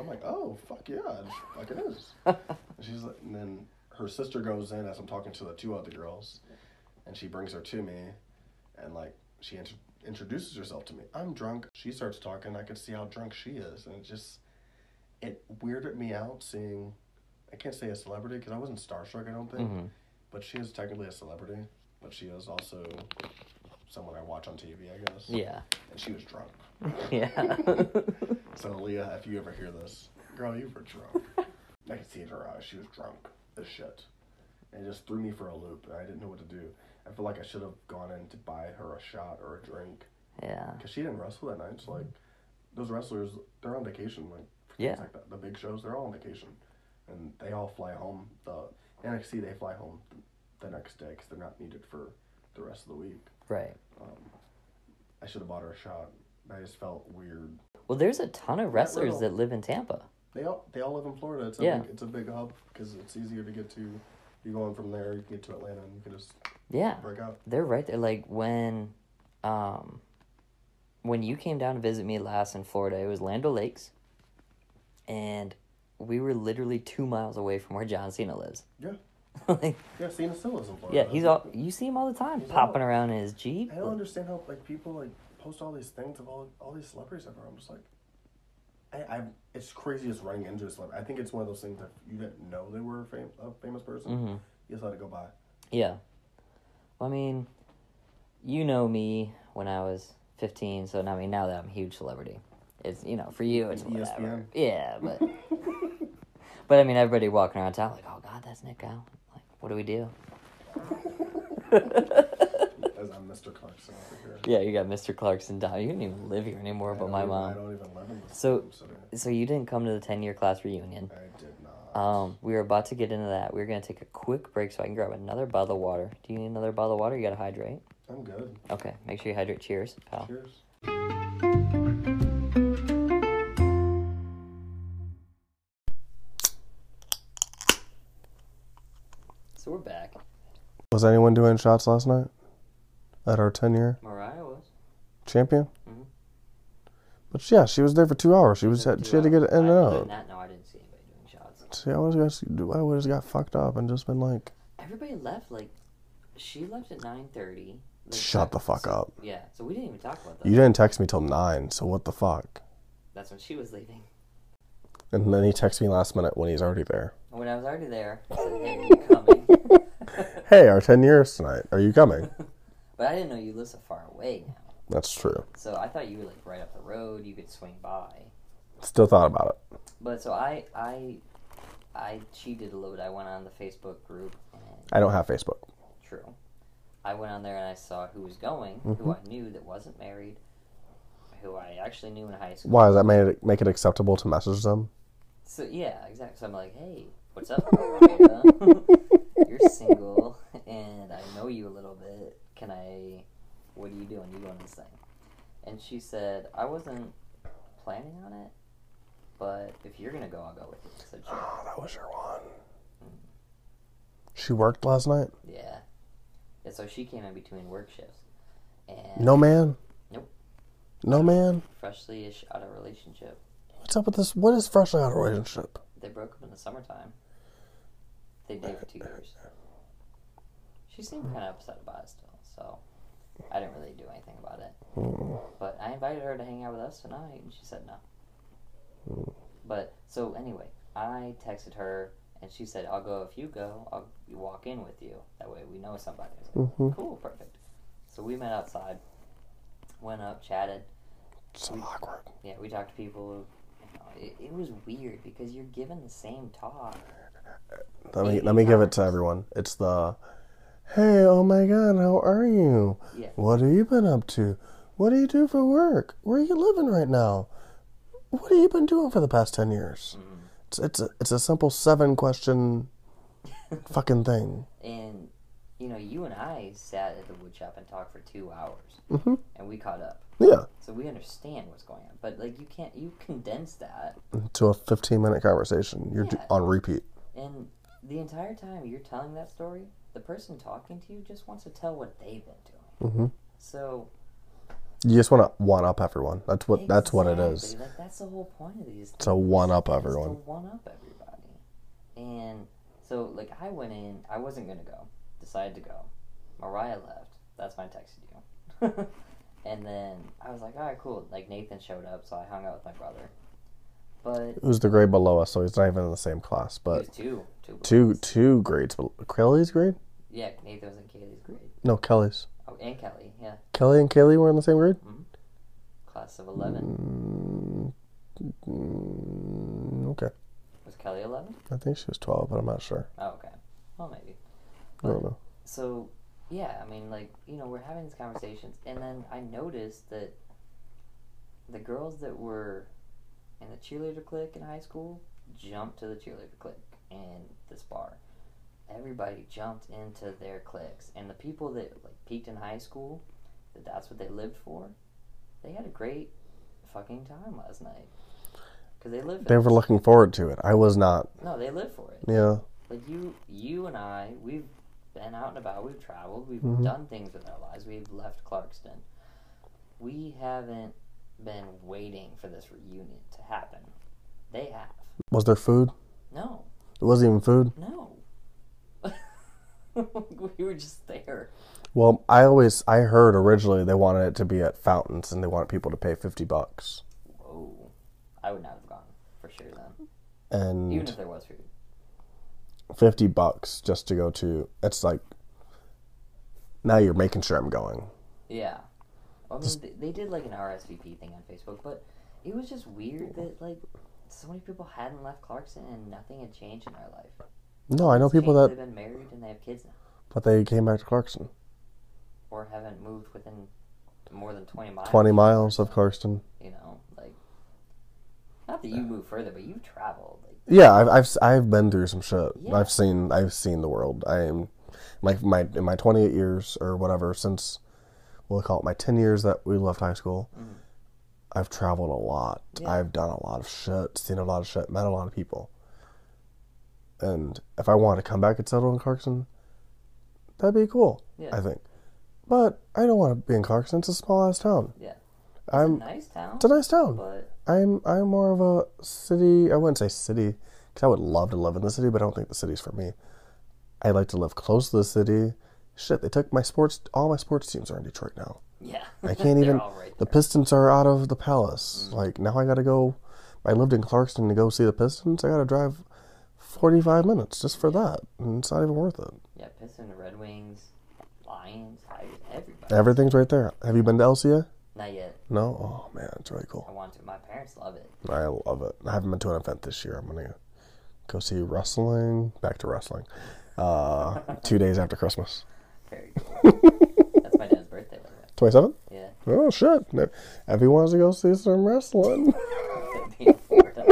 Speaker 2: I'm like, "Oh, fuck yeah, it fuck it is." and she's like, and then her sister goes in as I'm talking to the two other girls, and she brings her to me, and like she int- introduces herself to me. I'm drunk. She starts talking. I could see how drunk she is, and it just it weirded me out seeing. I can't say a celebrity because I wasn't starstruck. I don't think,
Speaker 1: Mhm.
Speaker 2: but she is technically a celebrity. But she is also someone I watch on TV, I guess.
Speaker 1: Yeah.
Speaker 2: And she was drunk.
Speaker 1: Yeah.
Speaker 2: So Leah, if you ever hear this, girl, you were drunk. I could see it in her eyes. She was drunk as shit. And it just threw me for a loop, and I didn't know what to do. I feel like I should have gone in to buy her a shot or a drink
Speaker 1: yeah.
Speaker 2: because she didn't wrestle that night. So like, those wrestlers, they're on vacation. Like, for things
Speaker 1: Yeah.
Speaker 2: like that. The big shows, they're all on vacation, and they all fly home. The NXT, they fly home th- the next day because they're not needed for the rest of the week.
Speaker 1: Right.
Speaker 2: I should have bought her a shot. I just felt weird.
Speaker 1: Well, there's a ton of wrestlers
Speaker 2: little.
Speaker 1: that live in Tampa.
Speaker 2: They all they all live in Florida. It's a
Speaker 1: Yeah.
Speaker 2: big, it's a big hub because it's easier to get to. You're going from there, you can get to Atlanta, and you can just
Speaker 1: Yeah.
Speaker 2: break out.
Speaker 1: They're right there. Like when, um, when you came down to visit me last in Florida, it was Lando Lakes, and we were literally two miles away from where John Cena lives.
Speaker 2: Yeah,
Speaker 1: like,
Speaker 2: yeah. Cena still lives in Florida.
Speaker 1: yeah, he's all. You see him all the time,
Speaker 2: He's
Speaker 1: popping
Speaker 2: all-
Speaker 1: around in his jeep.
Speaker 2: I don't understand how like people like post all these things of all all these celebrities everywhere. I'm just like, I, I it's crazy just running into a celebrity. I think it's one of those things that you didn't know they were a, fam- a famous person.
Speaker 1: Mm-hmm.
Speaker 2: You just let it go by.
Speaker 1: Yeah. Well, I mean, you know me when I was 15, so now, I mean, now that I'm a huge celebrity, it's, you know, for you, it's whatever.
Speaker 2: ESPN.
Speaker 1: Yeah, but. but I mean, everybody walking around town, like, oh, God, that's Nick Allen. Like, what do we do?
Speaker 2: As I'm Mr. Clarkson over here.
Speaker 1: Yeah, you got Mr. Clarkson down. You don't even live here anymore,
Speaker 2: I
Speaker 1: but
Speaker 2: don't
Speaker 1: my
Speaker 2: even-
Speaker 1: mom.
Speaker 2: I don't even live in this
Speaker 1: So-
Speaker 2: room,
Speaker 1: So you didn't come to the 10 year class reunion.
Speaker 2: I did not.
Speaker 1: Um, we were about to get into that. We are going to take a quick break so I can grab another bottle of water. Do you need another bottle of water? You got to hydrate.
Speaker 2: I'm good.
Speaker 1: Okay, make sure you hydrate. Cheers, pal.
Speaker 2: Cheers.
Speaker 1: So we're back.
Speaker 2: Was anyone doing shots last night at our 10 year
Speaker 1: Mariah was.
Speaker 2: champion?
Speaker 1: Mhm.
Speaker 2: But yeah, she was there for two hours. Mm-hmm. She was had, she had to get in
Speaker 1: Other
Speaker 2: and
Speaker 1: than
Speaker 2: out.
Speaker 1: that, no, I didn't see anybody doing shots.
Speaker 2: See, I always got I always got fucked up and just been like,
Speaker 1: Everybody left, like, she left at 9.30.
Speaker 2: shut the fuck up.
Speaker 1: Yeah, so we didn't even talk about that.
Speaker 2: You didn't text me till nine, so what the fuck?
Speaker 1: That's when she was leaving.
Speaker 2: And then he texts me last minute when he's already there.
Speaker 1: And When I was already there, I said, hey, we're coming.
Speaker 2: Hey, our 10 years tonight. Are you coming?
Speaker 1: but I didn't know you live so far away now.
Speaker 2: That's true.
Speaker 1: So I thought you were like right up the road, you could swing by.
Speaker 2: Still thought about it.
Speaker 1: But so I I I cheated a little bit. I went on the Facebook group and
Speaker 2: I don't have Facebook.
Speaker 1: true. I went on there and I saw who was going,
Speaker 2: Mm-hmm.
Speaker 1: who I knew that wasn't married, who I actually knew in high school.
Speaker 2: Why does that make it make it acceptable to message them?
Speaker 1: So yeah, exactly. So I'm like, hey, what's up? Veronica? You're single, and I know you a little bit. Can I? What are you doing? You doing this thing? And she said, I wasn't planning on it, but if you're gonna go, I'll go with you. So she,
Speaker 2: Oh, that was your one. She worked last night.
Speaker 1: yeah. And so she came in between work shifts, and
Speaker 2: No man.
Speaker 1: Nope.
Speaker 2: No man.
Speaker 1: freshly ish out of relationship.
Speaker 2: What's up with this? What is freshly out of relationship?
Speaker 1: They broke up in the summertime. They dated for two years. She seemed kind of upset about it still, so I didn't really do anything about it.
Speaker 2: Hmm,
Speaker 1: But I invited her to hang out with us tonight, and she said no. But so anyway, I texted her, and she said, "I'll go if you go. I'll walk in with you. That way we know somebody." I was
Speaker 2: hmm.
Speaker 1: like,
Speaker 2: Mm-hmm.
Speaker 1: Cool, perfect. So we met outside, went up, chatted.
Speaker 2: So awkward.
Speaker 1: Yeah, we talked to people. You know, it, it was weird because you're given the same talk.
Speaker 2: Let me let me give it to everyone. It's the, hey, oh my god, how are you?
Speaker 1: Yeah.
Speaker 2: What have you been up to? What do you do for work? Where are you living right now? What have you been doing for the past ten years?
Speaker 1: Mm-hmm.
Speaker 2: It's it's a, it's a simple seven question, fucking thing.
Speaker 1: And you know, you and I sat at the wood shop and talked for two hours, and we caught up,
Speaker 2: Mm-hmm. Yeah,
Speaker 1: so we understand what's going on. But like, you can't you condense that,
Speaker 2: to a fifteen minute conversation. You're d
Speaker 1: Yeah.
Speaker 2: on repeat.
Speaker 1: and the entire time you're telling that story, the person talking to you just wants to tell what they've been doing. Mm-hmm. So
Speaker 2: You just want to one up everyone. That's what that's what it
Speaker 1: exactly,
Speaker 2: is.
Speaker 1: Like, that's the whole point of these.
Speaker 2: It's a one up
Speaker 1: to
Speaker 2: everyone.
Speaker 1: one up everybody. And so, like, I went in. I wasn't gonna go. Decided to go. Mariah left. That's when I texted you. and then I was like, all right, cool. Like Nathan showed up, so I hung out with my brother. But
Speaker 2: Who's the grade below us? So he's not even in the same class,
Speaker 1: it
Speaker 2: but
Speaker 1: was two, two,
Speaker 2: two
Speaker 1: boys.
Speaker 2: two grades. bel- Kelly's grade?
Speaker 1: Yeah, Nathan was in Kaylee's grade.
Speaker 2: No, Kelly's.
Speaker 1: Oh, and Kelly. Yeah,
Speaker 2: Kelly and Kaylee were in the same grade?
Speaker 1: class of eleven.
Speaker 2: Mm, okay.
Speaker 1: Was Kelly eleven?
Speaker 2: I think she was 12, but I'm not sure.
Speaker 1: Oh, okay. Well, maybe.
Speaker 2: I don't know.
Speaker 1: so yeah i mean like you know we're having these conversations and then i noticed that the girls that were in the cheerleader clique in high school jumped to the cheerleader clique and this bar everybody jumped into their cliques and the people that like peaked in high school that that's what they lived for they had a great fucking time last night because they lived for
Speaker 2: They
Speaker 1: it.
Speaker 2: were looking forward to it. I was not.
Speaker 1: no they lived for it
Speaker 2: Yeah.
Speaker 1: like you you and I we've been out and about we've traveled we've done things with our lives we've left Clarkston we haven't been waiting for this reunion to happen they have
Speaker 2: Was there food?
Speaker 1: no
Speaker 2: It wasn't even food.
Speaker 1: no we were just there
Speaker 2: Well, I always I heard originally they wanted it to be at fountains and they wanted people to pay 50 bucks.
Speaker 1: whoa I would not have gone for sure then even
Speaker 2: And
Speaker 1: if there was food
Speaker 2: 50 bucks just to go to it's like now you're making sure I'm going.
Speaker 1: yeah I mean they, they did like an RSVP thing on Facebook but it was just weird that like so many people hadn't left Clarkson and nothing had changed in our life
Speaker 2: No, I know people
Speaker 1: Hey,
Speaker 2: that
Speaker 1: they've been married and they have kids now.
Speaker 2: but they came back to Clarkson.
Speaker 1: or haven't moved within more than 20 miles.
Speaker 2: 20 miles of Clarkston.
Speaker 1: You know, like, not that you move further, but you've traveled. Like,
Speaker 2: Yeah, I've, I've s- I've been through some shit.
Speaker 1: Yeah.
Speaker 2: I've seen I've seen the world. I am like my in my 28 years or whatever since we'll call it my 10 years that we left high school. I've traveled a lot.
Speaker 1: Mm-hmm. Yeah.
Speaker 2: I've done a lot of shit, seen a lot of shit, met a lot of people. And if I want to come back and settle in Clarkson, that'd be cool.
Speaker 1: Yeah.
Speaker 2: I think. But I don't want to be in Clarkson. It's a small ass town.
Speaker 1: yeah.
Speaker 2: I'm
Speaker 1: Nice town.
Speaker 2: it's a nice town.
Speaker 1: But,
Speaker 2: I'm I'm more of a city. I wouldn't say city because I would love to live in the city, but I don't think the city's for me. I like to live close to the city. Shit, they took my sports. All my sports teams are in Detroit now.
Speaker 1: yeah.
Speaker 2: I can't
Speaker 1: They're
Speaker 2: even.
Speaker 1: all right Mm.
Speaker 2: the Pistons are out of the Palace. Like now, I gotta go. I lived in Clarkston to go see the Pistons. I gotta drive forty-five minutes just for that, and it's not even worth it.
Speaker 1: yeah, Pistons, Red Wings, Lions, Tigers, everybody.
Speaker 2: Everything's right there. Have you been to LCA?
Speaker 1: Not yet.
Speaker 2: No. Oh man, it's really cool.
Speaker 1: I want to. My parents love it.
Speaker 2: I love it. I haven't been to an event this year. I'm gonna go see wrestling. Back to wrestling. Uh, two days after Christmas.
Speaker 1: Very cool. That's my dad's birthday, by the
Speaker 2: Twenty seventh.
Speaker 1: way. Yeah.
Speaker 2: Oh shit! No. Everyone wants to go see some wrestling.
Speaker 1: Couldn't be in Florida.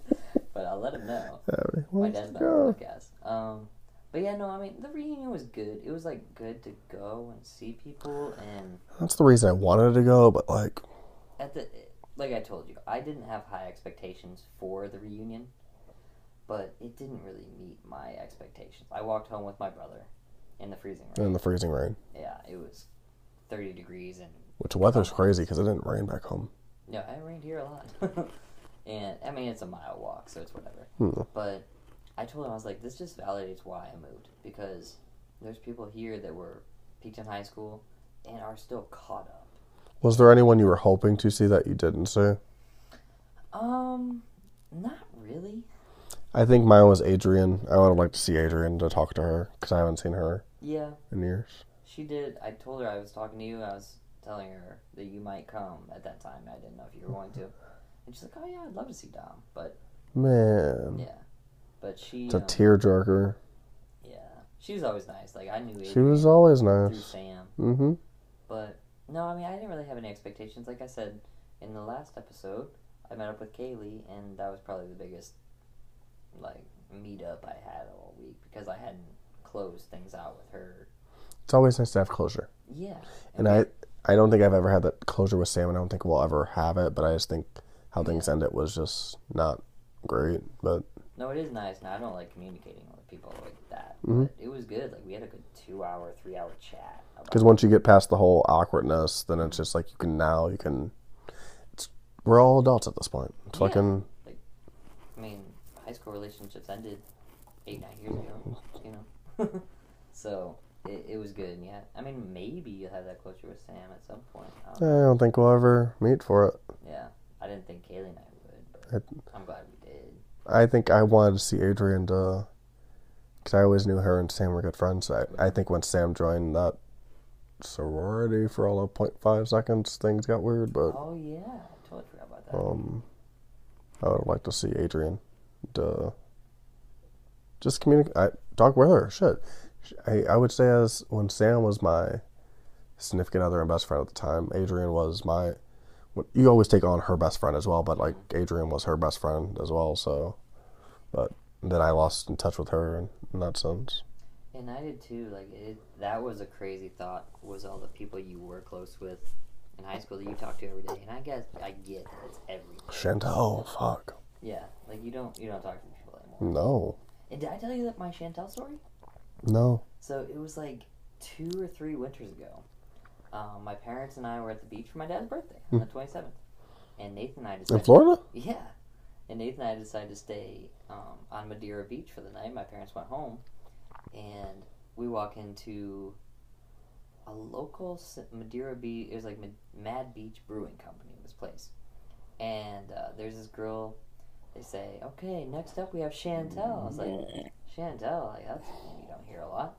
Speaker 1: but I'll let him know.
Speaker 2: Everyone
Speaker 1: My
Speaker 2: wants
Speaker 1: dad's
Speaker 2: to
Speaker 1: not
Speaker 2: go.
Speaker 1: on the podcast. Um, but yeah, no, I mean the reunion was good. It was like good to go and see people, and
Speaker 2: That's the reason I wanted to go, but like,
Speaker 1: at the like I told you, I didn't have high expectations for the reunion, but it didn't really meet my expectations. I walked home with my brother in the freezing rain.
Speaker 2: in the freezing rain,
Speaker 1: Yeah, it was thirty degrees and
Speaker 2: which weather's crazy because it didn't rain back home.
Speaker 1: No, I rained here a lot. and I mean, it's a mile walk, so it's whatever.
Speaker 2: Hmm.
Speaker 1: But I told him I was like, this just validates why I moved because there's people here that were peaked in high school and are still caught up.
Speaker 2: Was there anyone you were hoping to see that you didn't see?
Speaker 1: Um, not really.
Speaker 2: I think mine was Adrian. I would have liked to see Adrian to talk to her because I haven't seen her
Speaker 1: Yeah,
Speaker 2: in years.
Speaker 1: she did. I told her I was talking to you. I was telling her that you might come at that time. I didn't know if you were going to. And she's like, oh yeah, I'd love to see Dom, but
Speaker 2: Man,
Speaker 1: yeah, but she,
Speaker 2: it's a
Speaker 1: um,
Speaker 2: tearjerker.
Speaker 1: yeah, she was always nice. Like I knew
Speaker 2: She
Speaker 1: Adrian
Speaker 2: was always
Speaker 1: through
Speaker 2: nice.
Speaker 1: Sam.
Speaker 2: Mm-hmm.
Speaker 1: But no, I mean, I didn't really have any expectations. Like I said in the last episode, I met up with Kaylee, and that was probably the biggest like meetup I had all week because I hadn't closed things out with her.
Speaker 2: It's always nice to have closure.
Speaker 1: Yeah,
Speaker 2: And I, I don't think I've ever had that closure with Sam, and I don't think we'll ever have it. But I just think how things end it was just not great. But
Speaker 1: no, it is nice, and I don't like communicating with people like that.
Speaker 2: Mm-hmm.
Speaker 1: But it was good. Like we had a good two-hour, three-hour chat. About,
Speaker 2: because once you get past the whole awkwardness, then it's just like you can now you can. It's, we're all adults at this point. It's
Speaker 1: Yeah.
Speaker 2: fucking
Speaker 1: I mean, high school relationships ended eight, nine years ago. You know, so. It, it was good, and yeah. I mean, maybe you'll have that closure with Sam at some point. I don't
Speaker 2: I don't think we'll ever meet for it.
Speaker 1: Yeah, I didn't think Kaylee and I would, but
Speaker 2: It-
Speaker 1: I'm glad we did.
Speaker 2: I think I wanted to see Adrian to, because I always knew her and Sam were good friends. I, I think when Sam joined that sorority for all of 0.5 seconds, things got weird. But
Speaker 1: Oh yeah, I totally forgot about that.
Speaker 2: um, I would like to see Adrian to just communicate, I, talk with her. Shit, I, I would say as when Sam was my significant other and best friend at the time, Adrian was my. You always take on her best friend as well, but like Adrian was her best friend as well. So, but then I lost in touch with her in, in that sense.
Speaker 1: And I did too. Like it, that was a crazy thought. Was all the people you were close with in high school that you talked to every day? And I guess I get that it's every day.
Speaker 2: Chantel, fuck
Speaker 1: Yeah, like you don't you don't talk to people
Speaker 2: Mm.
Speaker 1: anymore.
Speaker 2: no,
Speaker 1: And did I tell you that my Chantel story?
Speaker 2: no.
Speaker 1: So it was like two or three winters ago. Um, my parents and I were at the beach for my dad's birthday on the 27th, and Nathan and I
Speaker 2: Hmm. In
Speaker 1: decided
Speaker 2: Florida,
Speaker 1: Yeah. And Nathan and I decided to stay um, on Madeira Beach for the night. My parents went home. And we walk into a local s- Madeira Beach. It was like Ma- Mad Beach Brewing Company, this place. And uh, there's this girl. They say, okay, next up we have Chantel. I was like, Chantel? Like, that's a name you don't hear a lot.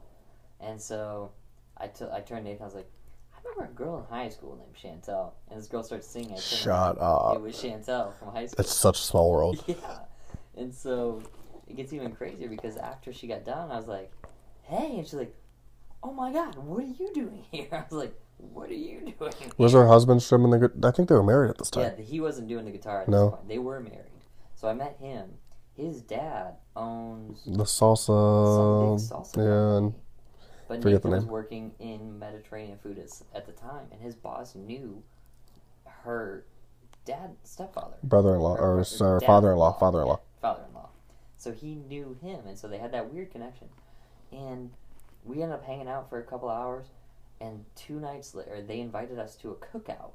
Speaker 1: And so I tu- I turned to Nathan. I was like, I remember a girl in high school named Chantel. And this girl starts singing. I turned around.
Speaker 2: shut up.
Speaker 1: It was Chantel from high school.
Speaker 2: It's such a small world.
Speaker 1: yeah. And so it gets even crazier because after she got done, I was like, hey. And she's like, "Oh my God, what are you doing here?" I was like, "What are you doing?"
Speaker 2: Was her husband strumming the? gu- I think they were married at this
Speaker 1: Yeah,
Speaker 2: time.
Speaker 1: th- he wasn't doing the guitar at
Speaker 2: No.
Speaker 1: this point. They were married. So I met him. His dad owns
Speaker 2: The
Speaker 1: some
Speaker 2: salsa.
Speaker 1: big salsa
Speaker 2: Um, yeah, and
Speaker 1: company. But
Speaker 2: forget
Speaker 1: Nathan
Speaker 2: the
Speaker 1: was
Speaker 2: name.
Speaker 1: working in Mediterranean food at, s- at the time, and his boss knew her dad stepfather.
Speaker 2: brother-in-law
Speaker 1: Her-
Speaker 2: or,
Speaker 1: her
Speaker 2: sorry,
Speaker 1: dad-
Speaker 2: father-in-law, father-in-law.
Speaker 1: yeah, father-in-law. So he knew him, and so they had that weird connection. And we ended up hanging out for a couple hours, and two nights later, they invited us to a cookout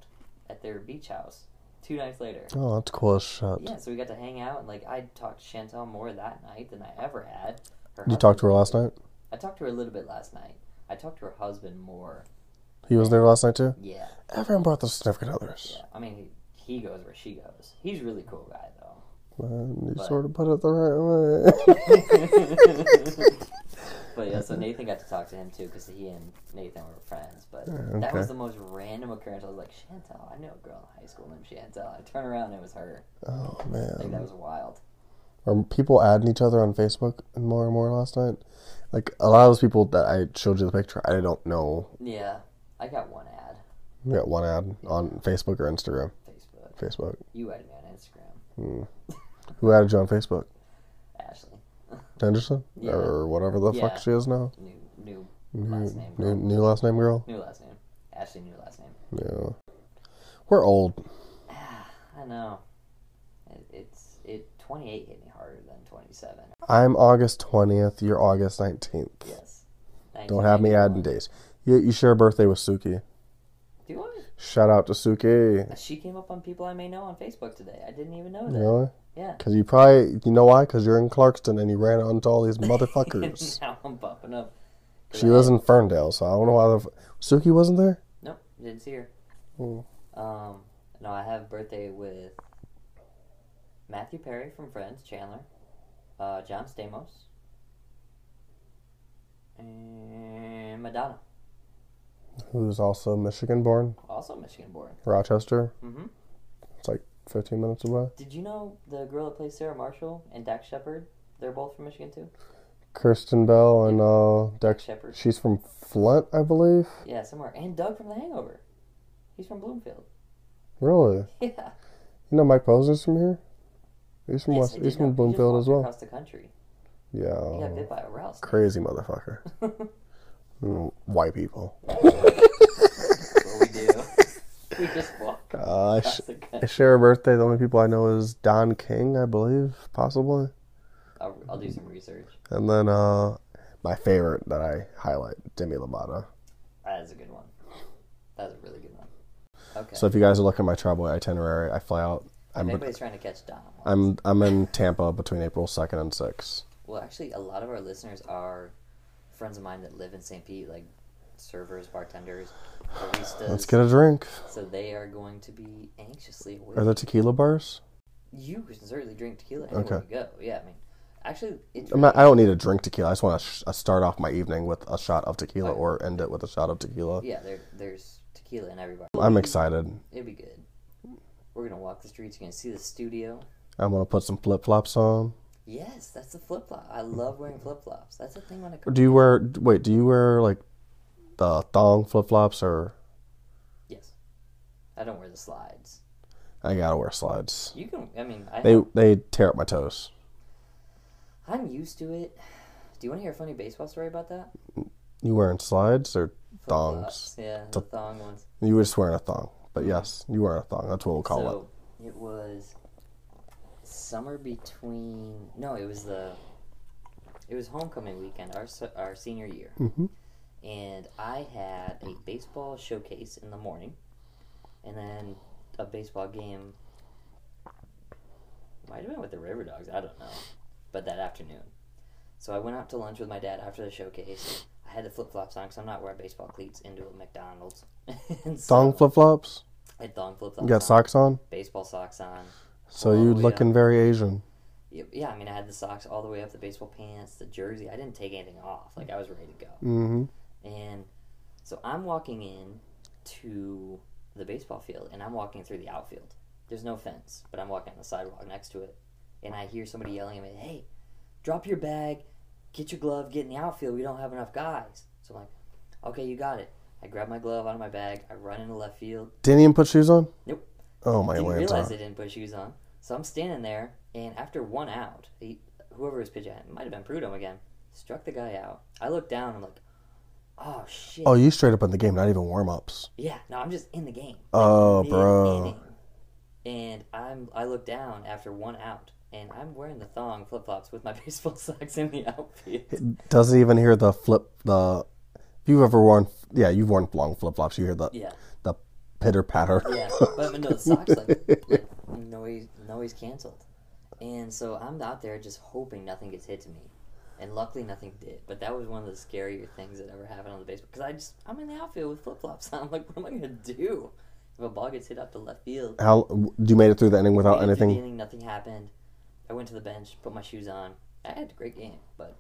Speaker 1: at their beach house. Two nights later.
Speaker 2: Oh, that's cool as shit.
Speaker 1: Yeah, so we got to hang out, and like I talked to Chantel more that night than I ever had. Her
Speaker 2: You talked to her
Speaker 1: husband-
Speaker 2: last night.
Speaker 1: I talked to her a little bit last night. I talked to her husband more.
Speaker 2: He was there last night too.
Speaker 1: Yeah,
Speaker 2: Everyone brought their significant others.
Speaker 1: yeah. I mean, he, he goes where she goes. He's a really cool guy though.
Speaker 2: And you
Speaker 1: But-
Speaker 2: sort of put it the right way.
Speaker 1: But yeah, so Nathan got to talk to him too because he and Nathan were friends. But
Speaker 2: Yeah,
Speaker 1: that was
Speaker 2: Oh, okay.
Speaker 1: the most random occurrence. I was like, Chantel, I know a girl in high school named Chantel. I turn around, it was her.
Speaker 2: oh
Speaker 1: Like
Speaker 2: man.
Speaker 1: that was wild.
Speaker 2: Are people adding each other on Facebook and more and more last night? Like a lot of those people that I showed you the picture, I don't know.
Speaker 1: Yeah, I got one ad,
Speaker 2: We got one ad on Facebook or Instagram.
Speaker 1: Facebook.
Speaker 2: Facebook.
Speaker 1: You added me on Instagram,
Speaker 2: Who added you on Facebook?
Speaker 1: Ashley.
Speaker 2: Henderson
Speaker 1: Yeah.
Speaker 2: or whatever the
Speaker 1: Yeah.
Speaker 2: fuck she is now.
Speaker 1: New new
Speaker 2: New,
Speaker 1: last name.
Speaker 2: new,
Speaker 1: girl.
Speaker 2: new last name girl.
Speaker 1: New last name. Ashley, new last name. Ah,
Speaker 2: Yeah. We're old.
Speaker 1: I know. It, it's it. Twenty eight hit me harder than twenty seven.
Speaker 2: I'm August twentieth. You're August nineteenth.
Speaker 1: Yes.
Speaker 2: Don't have me
Speaker 1: 1991.
Speaker 2: adding days. You, you share a birthday with Suki.
Speaker 1: Do I?
Speaker 2: Shout out to Suki.
Speaker 1: She came up on people I may know on Facebook today. I didn't even know that.
Speaker 2: Really?
Speaker 1: Yeah.
Speaker 2: Because you probably, you know why? Because you're in Clarkston and you ran onto all these motherfuckers.
Speaker 1: now I'm bumping up.
Speaker 2: she was in Ferndale, so I don't know why the. f- Suki wasn't there?
Speaker 1: Nope, didn't see her.
Speaker 2: Oh.
Speaker 1: Um, no, I have birthday with Matthew Perry from Friends, Chandler, uh, John Stamos, and Madonna,
Speaker 2: Who's also Michigan born,
Speaker 1: also Michigan born.
Speaker 2: Rochester.
Speaker 1: hmm
Speaker 2: It's like 15 minutes away.
Speaker 1: Did you know the girl that plays Sarah Marshall and Dak Shepard? They're both from Michigan too.
Speaker 2: Kirsten Bell and uh,
Speaker 1: Dak
Speaker 2: Dex.
Speaker 1: Shepard.
Speaker 2: She's from Flint, I believe.
Speaker 1: Yeah, somewhere. And Doug from The Hangover. He's from Bloomfield.
Speaker 2: Really?
Speaker 1: Yeah.
Speaker 2: You know Mike Posner's from here? He's from
Speaker 1: Yes, I
Speaker 2: West.
Speaker 1: did
Speaker 2: He's
Speaker 1: know. He
Speaker 2: from
Speaker 1: just
Speaker 2: Bloomfield
Speaker 1: walked
Speaker 2: as well.
Speaker 1: Across the country. He got
Speaker 2: Yeah. oh,
Speaker 1: bit by a rouse.
Speaker 2: Crazy motherfucker. Mm, White people.
Speaker 1: what we do. we just walk
Speaker 2: Uh, I,
Speaker 1: across
Speaker 2: sh-
Speaker 1: the
Speaker 2: I
Speaker 1: country.
Speaker 2: share a birthday. The only people I know is Don King, I believe, possibly,
Speaker 1: I'll, I'll do some research.
Speaker 2: and then uh, my favorite that I highlight, Demi Lovato.
Speaker 1: That is a good one. That's a really good one. Okay.
Speaker 2: So if you guys are looking at my travel itinerary, I fly out.
Speaker 1: if
Speaker 2: I'm
Speaker 1: anybody's trying to catch Dom,
Speaker 2: I'm I'm in Tampa between April second and sixth.
Speaker 1: well, actually, a lot of our listeners are friends of mine that live in St. Pete, like servers, bartenders, baristas.
Speaker 2: Let's get a drink.
Speaker 1: So they are going to be anxiously awaiting.
Speaker 2: Are there tequila bars?
Speaker 1: You can certainly drink tequila anywhere
Speaker 2: Okay. Um,
Speaker 1: you go. Yeah, I mean, actually, it's
Speaker 2: I'm
Speaker 1: really-
Speaker 2: not, I don't need to drink tequila. I just want to sh- uh, start off my evening with a shot of tequila or end it with a shot of tequila.
Speaker 1: yeah. There, there's tequila in every bar.
Speaker 2: I'm excited.
Speaker 1: It'd be good. We're gonna walk the streets. You're gonna see the studio.
Speaker 2: I'm gonna put some flip flops on.
Speaker 1: Yes, that's the flip flop.
Speaker 2: Hmm.
Speaker 1: I love wearing flip flops. That's the thing when I come.
Speaker 2: Do you wear? Wait, do you wear like the thong flip flops or?
Speaker 1: Yes, I don't wear the slides.
Speaker 2: I gotta wear slides.
Speaker 1: You can. I mean, I
Speaker 2: They they tear up my toes.
Speaker 1: I'm used to it. Do you want to hear a funny baseball story about that?
Speaker 2: You wearing slides or
Speaker 1: Flip-flops,
Speaker 2: thongs?
Speaker 1: Yeah, the thong ones.
Speaker 2: You were just wearing a thong, but yes, you wearing a thong. That's what we'll call it.
Speaker 1: so it was summer between no it was the it was homecoming weekend our se- our senior year
Speaker 2: Mhm.
Speaker 1: and i had a baseball showcase in the morning and then a baseball game might have been with the river dogs i don't know but that afternoon so i went out to lunch with my dad after the showcase i had the flip-flops on because i'm not wearing baseball cleats into a mcdonald's and so
Speaker 2: Thong flip flops.
Speaker 1: i had thong flip-flops
Speaker 2: You got
Speaker 1: on,
Speaker 2: socks on,
Speaker 1: baseball socks on
Speaker 2: so
Speaker 1: Oh,
Speaker 2: you
Speaker 1: yeah.
Speaker 2: looking very Asian.
Speaker 1: Yeah, yeah, I mean, I had the socks all the way up, the baseball pants, the jersey. I didn't take anything off. Like, I was ready to go.
Speaker 2: Mm-hmm.
Speaker 1: And so I'm walking in to the baseball field, and I'm walking through the outfield. There's no fence, but I'm walking on the sidewalk next to it. And I hear somebody yelling at me, hey, drop your bag, get your glove, get in the outfield. We don't have enough guys. So I'm like, Okay, you got it. I grab my glove out of my bag. I run into left field.
Speaker 2: Didn't even put shoes on?
Speaker 1: Nope.
Speaker 2: Oh my
Speaker 1: didn't
Speaker 2: Lanta.
Speaker 1: realize they didn't put shoes on. So I'm standing there, and after one out, he, whoever was pitching, it might have been Prudhomme again, struck the guy out. I look down. I'm like, oh shit.
Speaker 2: Oh, you straight up in the game, not even warm ups.
Speaker 1: Yeah, no, I'm just in the game.
Speaker 2: Oh,
Speaker 1: Mid
Speaker 2: bro.
Speaker 1: inning. And I'm I look down after one out, and I'm wearing the thong flip flops with my baseball socks in the outfield.
Speaker 2: Doesn't even hear the flip. The if you've ever worn, yeah, you've worn long flip flops. You hear the
Speaker 1: Yeah,
Speaker 2: the pitter patter.
Speaker 1: yeah, but, but no, the socks like, like noise noise canceled, and so I'm out there just hoping nothing gets hit to me, and luckily nothing did. But that was one of the scarier things that ever happened on the baseball because I just I'm in the outfield with flip flops on. I'm like, what am I gonna do if a ball gets hit up to left field?
Speaker 2: How you made it through the inning without
Speaker 1: Made it through the
Speaker 2: anything?
Speaker 1: inning, nothing happened. I went to the bench, put my shoes on. I had a great game, but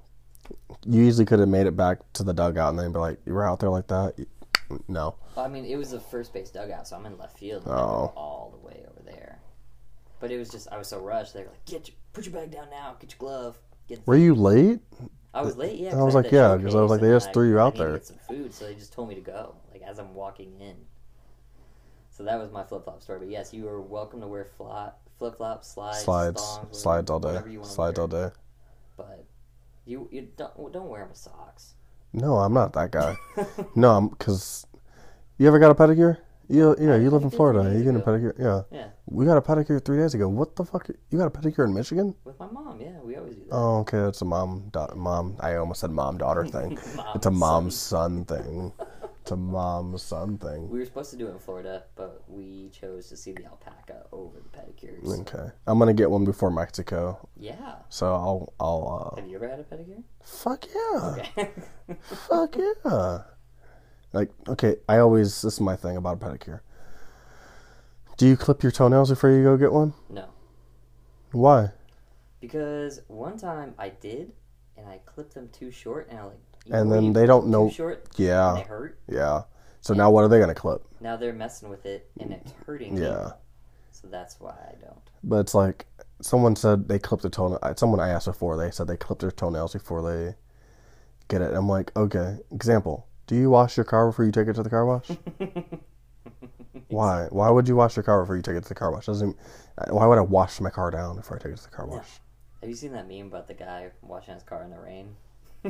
Speaker 2: You usually could have made it back to the dugout and then be like, "You were out there like that." You- No,
Speaker 1: well, I mean, it was a first base dugout, so I'm in left field. and
Speaker 2: Oh.
Speaker 1: I go all the way over there. But it was just I was so rushed. They were like, "Get your, put your bag down now. Get your glove." Get
Speaker 2: were you late?
Speaker 1: I was late. Yeah,
Speaker 2: I
Speaker 1: 'cause
Speaker 2: was
Speaker 1: had
Speaker 2: like,
Speaker 1: that
Speaker 2: yeah, 'cause I was
Speaker 1: showcase,
Speaker 2: like, they
Speaker 1: and
Speaker 2: just threw you
Speaker 1: I
Speaker 2: out
Speaker 1: needed to
Speaker 2: there.
Speaker 1: Get some food, so they just told me to go. Like as I'm walking in. So that was my flip flop story. But yes, you were welcome to wear flip flop slides,
Speaker 2: Slides,
Speaker 1: thongs, whatever-
Speaker 2: slides all day,
Speaker 1: whatever you wanna
Speaker 2: slides
Speaker 1: wear.
Speaker 2: all day.
Speaker 1: But you you don't don't wear them with socks.
Speaker 2: No, I'm not that guy. no, I'm because you ever got a pedicure? You yeah, you live in
Speaker 1: pedicure
Speaker 2: Florida.
Speaker 1: three
Speaker 2: You
Speaker 1: days
Speaker 2: get a
Speaker 1: ago.
Speaker 2: pedicure? Yeah,
Speaker 1: Yeah,
Speaker 2: we got a pedicure three days ago. What the fuck? You got a pedicure in Michigan?
Speaker 1: with my mom. Yeah, we always do that.
Speaker 2: Oh, okay. It's a mom, da- mom. I almost said mom daughter thing.
Speaker 1: Mom,
Speaker 2: it's a mom son thing. It's a mom son thing.
Speaker 1: We were supposed to do it in Florida, but we chose to see the alpaca over the pedicures.
Speaker 2: Okay, I'm gonna get one before Mexico.
Speaker 1: Yeah.
Speaker 2: So I'll, I'll. Uh,
Speaker 1: Have you ever had a pedicure?
Speaker 2: fuck yeah.
Speaker 1: Okay.
Speaker 2: Fuck yeah. Like, okay, I always, this is my thing about a pedicure. Do you clip your toenails before you go get one?
Speaker 1: no.
Speaker 2: Why?
Speaker 1: Because one time I did, and I clipped them too short, and I like. you
Speaker 2: And
Speaker 1: know when
Speaker 2: then
Speaker 1: you
Speaker 2: they Ah. don't
Speaker 1: clip
Speaker 2: know-
Speaker 1: Too short. And
Speaker 2: Yeah,
Speaker 1: they hurt.
Speaker 2: yeah. So now what are they gonna clip?
Speaker 1: Now they're messing with it, and it's hurting. me.
Speaker 2: Yeah.
Speaker 1: So that's why I don't.
Speaker 2: But it's like, someone said they clip their toenail. I- Someone I asked before, they said they clip their toenails before they get it. I'm like, okay, example. Do you wash your car before you take it to the car wash? Why? Why would you wash your car before you take it to the car wash? Doesn't. uh, Why would I wash my car down before I take it to the car wash?
Speaker 1: Have you seen that meme about the guy washing his car in the rain?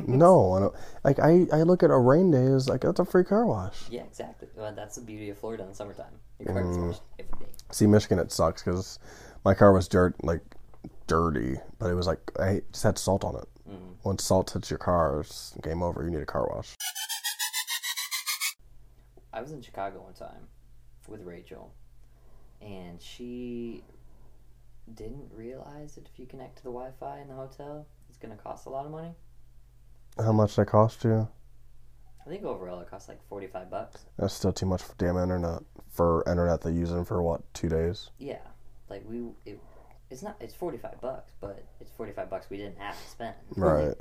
Speaker 2: No, I don't, like I, I look at a rain day as like that's a free car wash.
Speaker 1: Yeah, exactly. Well, that's the beauty of Florida in the summertime. Your car gets
Speaker 2: Mm.
Speaker 1: washed every day.
Speaker 2: See, Michigan, it sucks because my car was dirt like dirty, but it was like I just had salt on it.
Speaker 1: Mm-hmm.
Speaker 2: Once salt hits your car, it's game over. You need a car wash.
Speaker 1: I was in Chicago one time with Rachel, and she didn't realize that if you connect to the Wi Fi in the hotel, it's going to cost a lot of money.
Speaker 2: How much that cost you?
Speaker 1: I think overall it costs like 45 bucks.
Speaker 2: That's still too much for damn internet for internet they use in for what two days.
Speaker 1: Yeah. Like, we. It, it's not. It's 45 bucks, but it's 45 bucks we didn't have to spend.
Speaker 2: Right.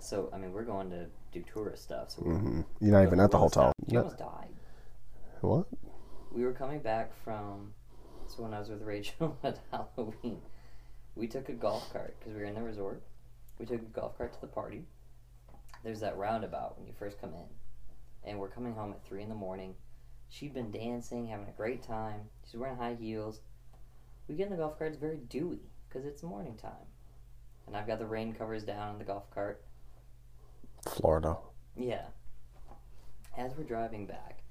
Speaker 1: So, I mean, we're going to do tourist stuff. So we're
Speaker 2: hmm You're not even at the
Speaker 1: almost
Speaker 2: hotel.
Speaker 1: died. She
Speaker 2: No-
Speaker 1: almost died.
Speaker 2: What?
Speaker 1: we were coming back from so when I was with Rachel at Halloween, we took a golf cart because we were in the resort. We took a golf cart to the party. There's that roundabout when you first come in, and we're coming home at three in the morning. She'd been dancing, having a great time. She's wearing high heels. We get in the golf cart. It's very dewy because it's morning time, and I've got the rain covers down on the golf cart.
Speaker 2: Florida.
Speaker 1: Yeah. As we're driving back,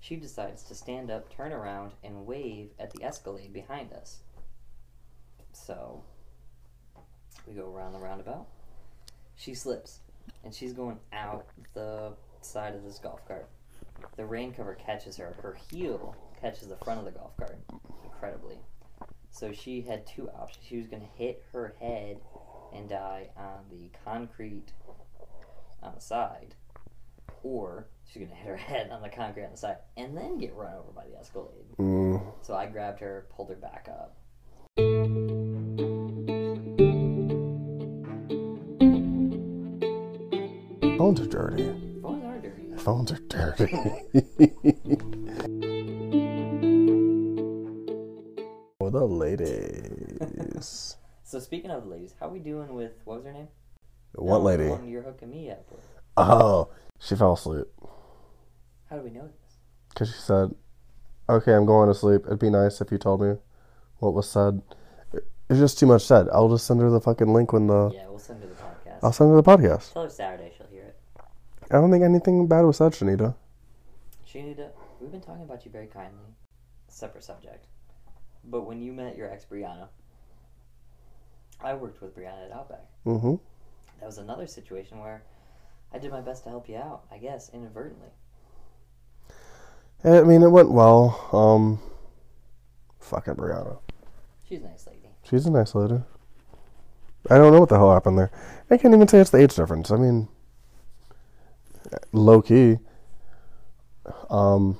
Speaker 1: she decides to stand up, turn around, and wave at the Escalade behind us. So, we go around the roundabout. She slips, and she's going out the side of this golf cart. The rain cover catches her. Her heel catches the front of the golf cart, incredibly. So she had two options. She was going to hit her head and die on the concrete on the side, or she's gonna hit her head on the concrete on the side and then get run over by the Escalade.
Speaker 2: Mm.
Speaker 1: So I grabbed her, pulled her back up.
Speaker 2: Phones are dirty.
Speaker 1: Phones are dirty.
Speaker 2: Phones are dirty. For the ladies.
Speaker 1: So speaking of the ladies, how we doing with what was her name?
Speaker 2: What
Speaker 1: No, the
Speaker 2: lady?
Speaker 1: one you're hooking me up with.
Speaker 2: Oh, she fell asleep.
Speaker 1: How do we know this?
Speaker 2: Because she said, okay, I'm going to sleep. It'd be nice if you told me what was said. It- It's just too much said. I'll just send her the fucking link when the.
Speaker 1: Yeah, we'll send her the podcast.
Speaker 2: I'll send her the podcast.
Speaker 1: Tell her Saturday, she'll hear it.
Speaker 2: I don't think anything bad was said, Shanita.
Speaker 1: Shanita, we've been talking about you very kindly. Separate subject. But when you met your ex Brianna, I worked with Brianna at Outback.
Speaker 2: Mm-hmm.
Speaker 1: That was another situation where I did my best to help you out, I guess, inadvertently.
Speaker 2: Eh, I mean, it went well. Um, fucking Brianna.
Speaker 1: She's a nice lady.
Speaker 2: She's a nice lady. I don't know what the hell happened there. I can't even say it's the age difference. I mean, low key. Um,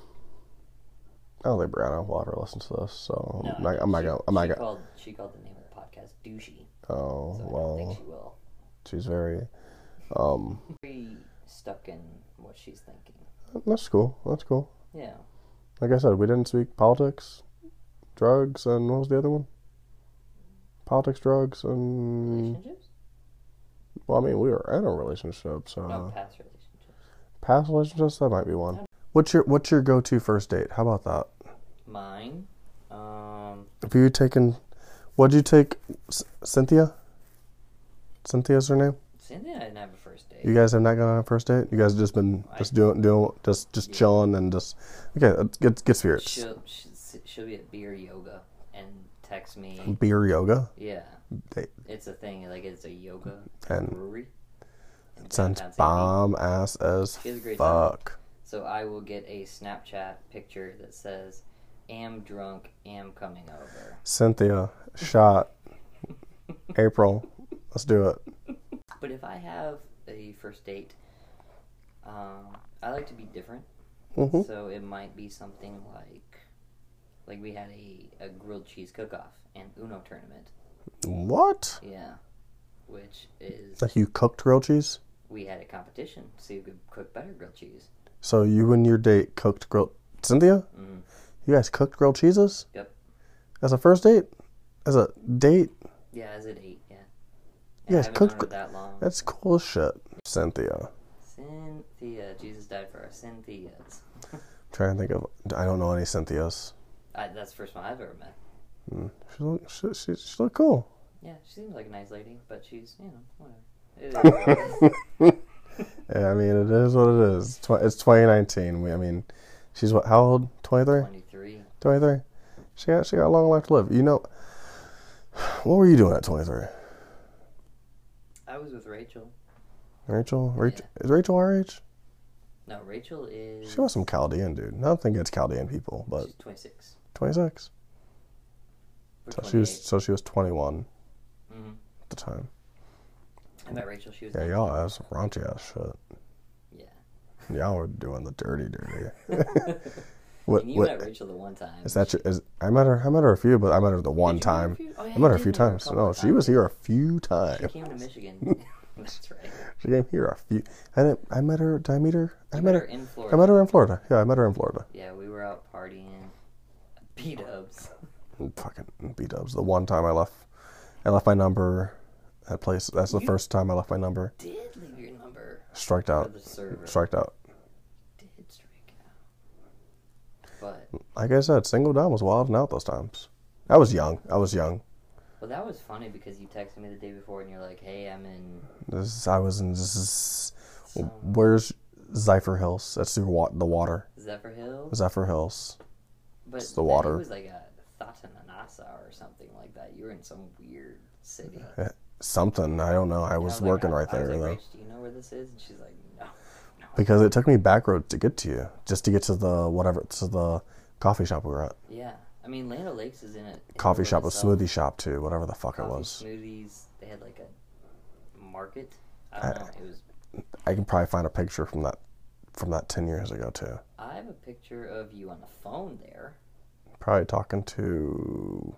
Speaker 2: I don't think Brianna will ever listen to this, so
Speaker 1: No,
Speaker 2: I'm not, I'm not
Speaker 1: she-
Speaker 2: gonna. I'm not
Speaker 1: she
Speaker 2: gonna.
Speaker 1: Called, she called the name of the podcast douchey,
Speaker 2: Oh
Speaker 1: so I don't think
Speaker 2: well,
Speaker 1: she will.
Speaker 2: she's very. Um,
Speaker 1: Pretty stuck in what she's thinking.
Speaker 2: that's cool. That's cool.
Speaker 1: Yeah.
Speaker 2: Like I said, we didn't speak politics, drugs, and what was the other one? Politics, drugs, and
Speaker 1: Relationships?
Speaker 2: well, I mean, we were in a relationship, so.
Speaker 1: no, past relationships.
Speaker 2: Past relationships, that might be one. What's your what's your go to first date? How about that?
Speaker 1: Mine? Um,
Speaker 2: If you taken, what'd you take? C- Cynthia. Cynthia's her name.
Speaker 1: Cynthia and I didn't have a first date.
Speaker 2: You guys have not gone on a first date. You guys have just been just doing doing just just chilling and just okay. Let's get get spirits.
Speaker 1: She'll, she's- she'll be at beer yoga and text me.
Speaker 2: Beer yoga.
Speaker 1: Yeah,
Speaker 2: They-
Speaker 1: it's a thing. Like it's a yoga
Speaker 2: And-
Speaker 1: brewery. in
Speaker 2: It sounds
Speaker 1: downtown San Diego.
Speaker 2: bomb ass as
Speaker 1: She has a great time.
Speaker 2: fuck.
Speaker 1: So I will get a Snapchat picture that says, "Am drunk, am coming over."
Speaker 2: Cynthia shot. April, let's do it.
Speaker 1: But if I have a first date, um, I like to be different.
Speaker 2: Mhm.
Speaker 1: So it might be something like, like we had a, a grilled cheese cook-off and Uno tournament.
Speaker 2: What?
Speaker 1: Yeah, which is
Speaker 2: Like you cooked grilled cheese?
Speaker 1: we had a competition to see who could cook better grilled cheese.
Speaker 2: So you and your date cooked grilled Cynthia?
Speaker 1: Mhm.
Speaker 2: You guys cooked grilled cheeses?
Speaker 1: Yep.
Speaker 2: As a first date? As a date?
Speaker 1: Yeah, as it ate, yeah.
Speaker 2: Yeah,
Speaker 1: yeah I
Speaker 2: it's
Speaker 1: haven't known
Speaker 2: cooked-
Speaker 1: her that long.
Speaker 2: That's cool as shit. Cynthia.
Speaker 1: Cynthia, Jesus died for our Cynthias.
Speaker 2: trying to think of I don't know any Cynthias.
Speaker 1: I, that's the first one I've ever met.
Speaker 2: She look she, she, she look cool.
Speaker 1: Yeah, she seems like a nice lady, but she's you know whatever. It is what it is.
Speaker 2: Yeah, I mean it is what it is. Tw- It's twenty nineteen. We I mean she's what how old? Twenty three?
Speaker 1: Twenty-three.
Speaker 2: Twenty three? She got she got a long life to live. You know what were you doing at twenty three?
Speaker 1: I was with Rachel.
Speaker 2: Rachel? Rachel is Rachel our age?
Speaker 1: No, Rachel is
Speaker 2: She was some Chaldean dude. I don't think it's Chaldean people, but
Speaker 1: she's twenty-six.
Speaker 2: twenty six.
Speaker 1: We're
Speaker 2: So she was so she was 21
Speaker 1: Mhm.
Speaker 2: at the time.
Speaker 1: 28. I met Rachel. She was
Speaker 2: Yeah, y'all ass raunchy ass shit.
Speaker 1: yeah.
Speaker 2: Y'all were doing the dirty, dirty.
Speaker 1: What,
Speaker 2: what?
Speaker 1: and you met
Speaker 2: What?
Speaker 1: Rachel the one time.
Speaker 2: Is that your? Is I met her? I met her a few, but I met her the one
Speaker 1: Did you meet her a
Speaker 2: time.
Speaker 1: few- oh, yeah,
Speaker 2: I met
Speaker 1: you
Speaker 2: her a
Speaker 1: did
Speaker 2: few
Speaker 1: meet her a
Speaker 2: times.
Speaker 1: couple
Speaker 2: No,
Speaker 1: of
Speaker 2: she was
Speaker 1: times.
Speaker 2: here a few
Speaker 1: She
Speaker 2: times.
Speaker 1: came to Michigan. that's right.
Speaker 2: She came here a few. I didn't. I met her. Did I meet her? I
Speaker 1: You
Speaker 2: met
Speaker 1: met her
Speaker 2: her.
Speaker 1: in Florida.
Speaker 2: I met her in Florida. Yeah, I met her in Florida.
Speaker 1: Yeah, we were out partying. Beat ups.
Speaker 2: And Fucking B dubs. The one time I left, I left my number at place. That's the first time I left my number.
Speaker 1: Did leave your number
Speaker 2: Striked
Speaker 1: for
Speaker 2: out.
Speaker 1: the server.
Speaker 2: Striked out.
Speaker 1: Did strike out. But
Speaker 2: Like I said, single down was wild and out those times. I was young. I was young.
Speaker 1: well, that was funny because you texted me the day before and you're like, "Hey, I'm in."
Speaker 2: This is, I was in this is,
Speaker 1: Some-
Speaker 2: where's Zephyr Hills? That's the, wa- the water.
Speaker 1: Zephyr Hills,
Speaker 2: Zephyr Hills.
Speaker 1: but
Speaker 2: it's the
Speaker 1: then
Speaker 2: water.
Speaker 1: It was like a Thatananasa or something like that. You were in some weird city. And
Speaker 2: Eh, Something I don't know. I was
Speaker 1: like,
Speaker 2: working
Speaker 1: I-
Speaker 2: right
Speaker 1: I was
Speaker 2: there
Speaker 1: like,
Speaker 2: though
Speaker 1: "Rach, do you know where this is? And she's like, "No, no."
Speaker 2: because it took me back roads to get to you, just to get to the whatever to the coffee shop we were at.
Speaker 1: Yeah, I mean, Lando Lakes is in it. in
Speaker 2: Coffee
Speaker 1: and of
Speaker 2: shop, a
Speaker 1: itself.
Speaker 2: smoothie shop too, whatever the fuck it
Speaker 1: Coffee,
Speaker 2: was.
Speaker 1: smoothies. They had like a market. I don't know. It was.
Speaker 2: I can probably find a picture from that from that ten years ago too.
Speaker 1: I have a picture of you on the phone there.
Speaker 2: Probably talking to.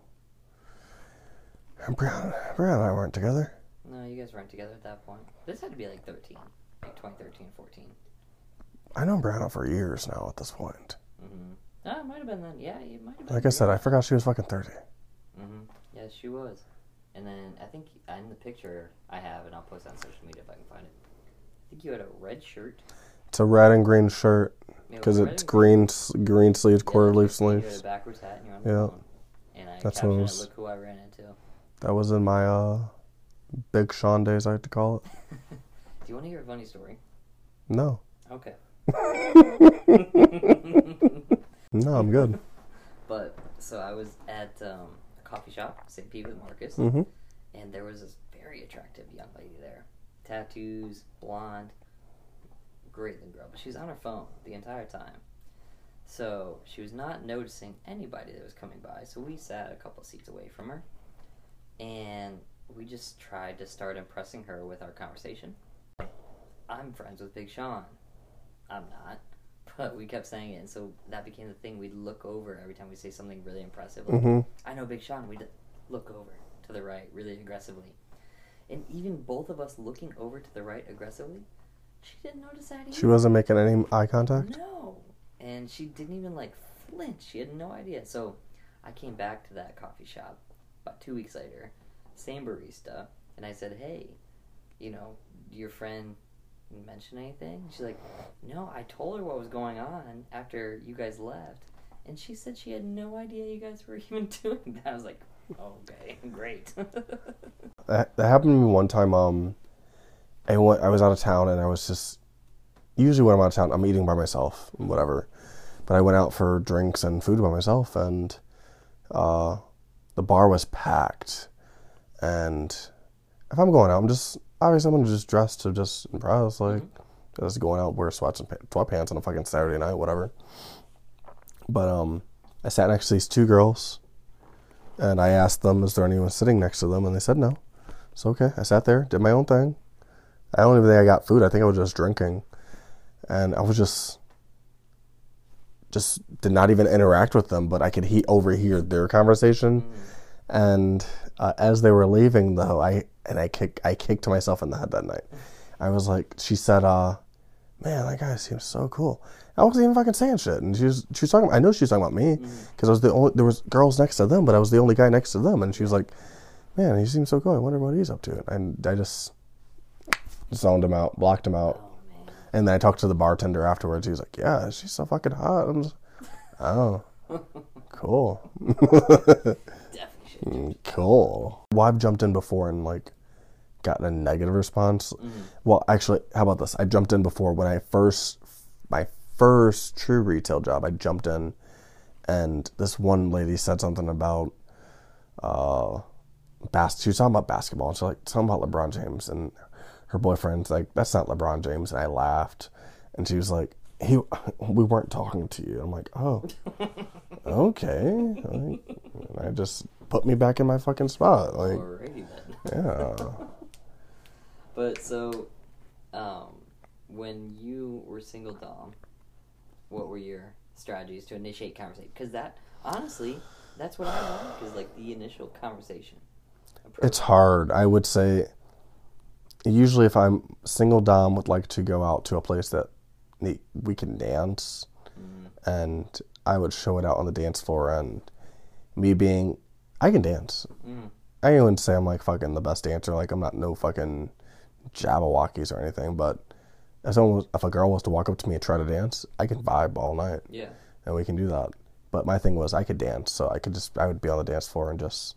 Speaker 2: Brianna, Brianna and I weren't together.
Speaker 1: No, you guys weren't together at that point. This had to be like 13, like 2013, 14.
Speaker 2: I know Brianna for years now at this point.
Speaker 1: Mm-hmm. Ah, it might have been then. Yeah, it might have been.
Speaker 2: Like I said, I forgot she was fucking 30.
Speaker 1: Mm-hmm. Yes, she was. And then I think in the picture I have, and I'll post it on social media if I can find it. I think you had a red shirt.
Speaker 2: It's a red and green shirt. because it's green s- green sleeve, quarter leaf sleeves.
Speaker 1: backwards hat and you're on
Speaker 2: Yeah.
Speaker 1: the phone. And I
Speaker 2: That's
Speaker 1: captioned
Speaker 2: what it
Speaker 1: it,
Speaker 2: was.
Speaker 1: Look who I ran into. Do
Speaker 2: That was in my uh, Big Sean days, I like to call it.
Speaker 1: you want to hear a funny story?
Speaker 2: No,
Speaker 1: Okay.
Speaker 2: no, I'm good.
Speaker 1: But so I was at um, a coffee shop, St. Pete with Marcus,
Speaker 2: Mm-hmm.
Speaker 1: and there was this very attractive young lady there, tattoos, blonde, great little girl. But she was on her phone the entire time, so she was not noticing anybody that was coming by. So we sat a couple seats away from her, and we just tried to start impressing her with our conversation. I'm friends with Big Sean. I'm not. But we kept saying it, and so that became the thing. We'd look over every time we say something really impressive. Like,
Speaker 2: Mm-hmm.
Speaker 1: I know Big Sean. We look over to the right really aggressively, and even both of us looking over to the right aggressively, she didn't notice that either.
Speaker 2: She wasn't making any eye contact.
Speaker 1: No, and she didn't even like flinch. She had no idea. So, I came back to that coffee shop about two weeks later, same barista, and I said, "Hey, you know, your friend." mention anything she's like no i told her what was going on after you guys left and she said she had no idea you guys were even doing that i was like okay great
Speaker 2: That, that happened to me one time. Um, I went, I was out of town and I was just usually when I'm out of town, I'm eating by myself, and whatever. But I went out for drinks and food by myself, and uh, the bar was packed. And if I'm going out, I'm just obviously I'm gonna just dress to just impress, like just going out, wear sweats and pa- sweatpants on a fucking Saturday night, whatever. But um, I sat next to these two girls, and I asked them, "Is there anyone sitting next to them?" And they said no. So okay, I sat there, did my own thing. I don't even think I got food. I think I was just drinking, and I was just just did not even interact with them. But I could he- overhear their conversation, and uh, as they were leaving, though, I and I kick I kicked myself in the head that night. I was like, she said, uh, "Man, that guy seems so cool." I wasn't even fucking saying shit, and she was she was talking. I know she was talking about me because I was the only there was girls next to them, but I was the only guy next to them, and she was like, "Man, he seems so cool. I wonder what he's up to." And I just zoned him out, blocked him out,
Speaker 1: oh man
Speaker 2: and then I talked to the bartender afterwards. He was like, "Yeah, she's so fucking hot." I'm just, oh, cool, Mm,
Speaker 1: definitely should have
Speaker 2: cool. Well, I've jumped in before and like gotten a negative response. Well, actually, how about this? I jumped in before when I first my first true retail job. I jumped in, and this one lady said something about uh, bas- she was talking about basketball. And she was like something about LeBron James and her boyfriend's like, "That's not LeBron James." And I laughed, and she was like, "He, we weren't talking to you." I'm like, "Oh, okay." Like, and I just put me back in my fucking spot. Like,
Speaker 1: already then
Speaker 2: yeah,
Speaker 1: But so, um, when you were single, Dom, what were your strategies to initiate conversation? Because that, honestly, that's what I like is like the initial conversation. approach.
Speaker 2: it's hard. I would say. Usually, if I'm single, dom would like to go out to a place that ne- we can dance, and I would show it out on the dance floor. And me being, I can dance.
Speaker 1: Mm.
Speaker 2: I wouldn't say I'm like fucking the best dancer. Like I'm not no fucking Jabberwockies or anything. But if someone, was, if a girl was to walk up to me and try to dance, I can vibe all night,
Speaker 1: Yeah.
Speaker 2: and we can do that. But my thing was I could dance, so I could just I would be on the dance floor and just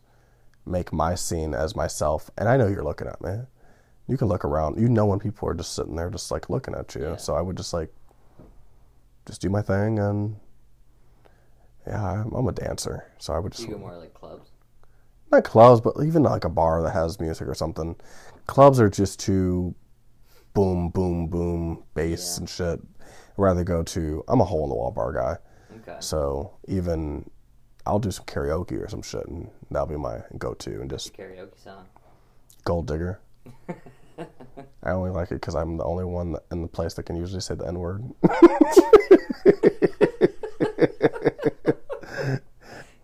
Speaker 2: make my scene as myself. And I know you're looking at me. You can look around. You know when people are just sitting there, just like looking at you.
Speaker 1: Yeah.
Speaker 2: So I would just like just do my thing and. Yeah, I'm, I'm a dancer, so I would
Speaker 1: Do
Speaker 2: just
Speaker 1: you go more like clubs?
Speaker 2: not clubs, but even like a bar that has music or something. Clubs are just too boom, boom, boom, bass
Speaker 1: Yeah.
Speaker 2: and shit. I'd rather go to I'm a hole in the wall bar guy,
Speaker 1: Okay.
Speaker 2: so even I'll do some karaoke or some shit, and that'll be my go-to. And just
Speaker 1: Karaoke song.
Speaker 2: gold digger. I only like it because I'm the only one that- in the place that can usually say the N word.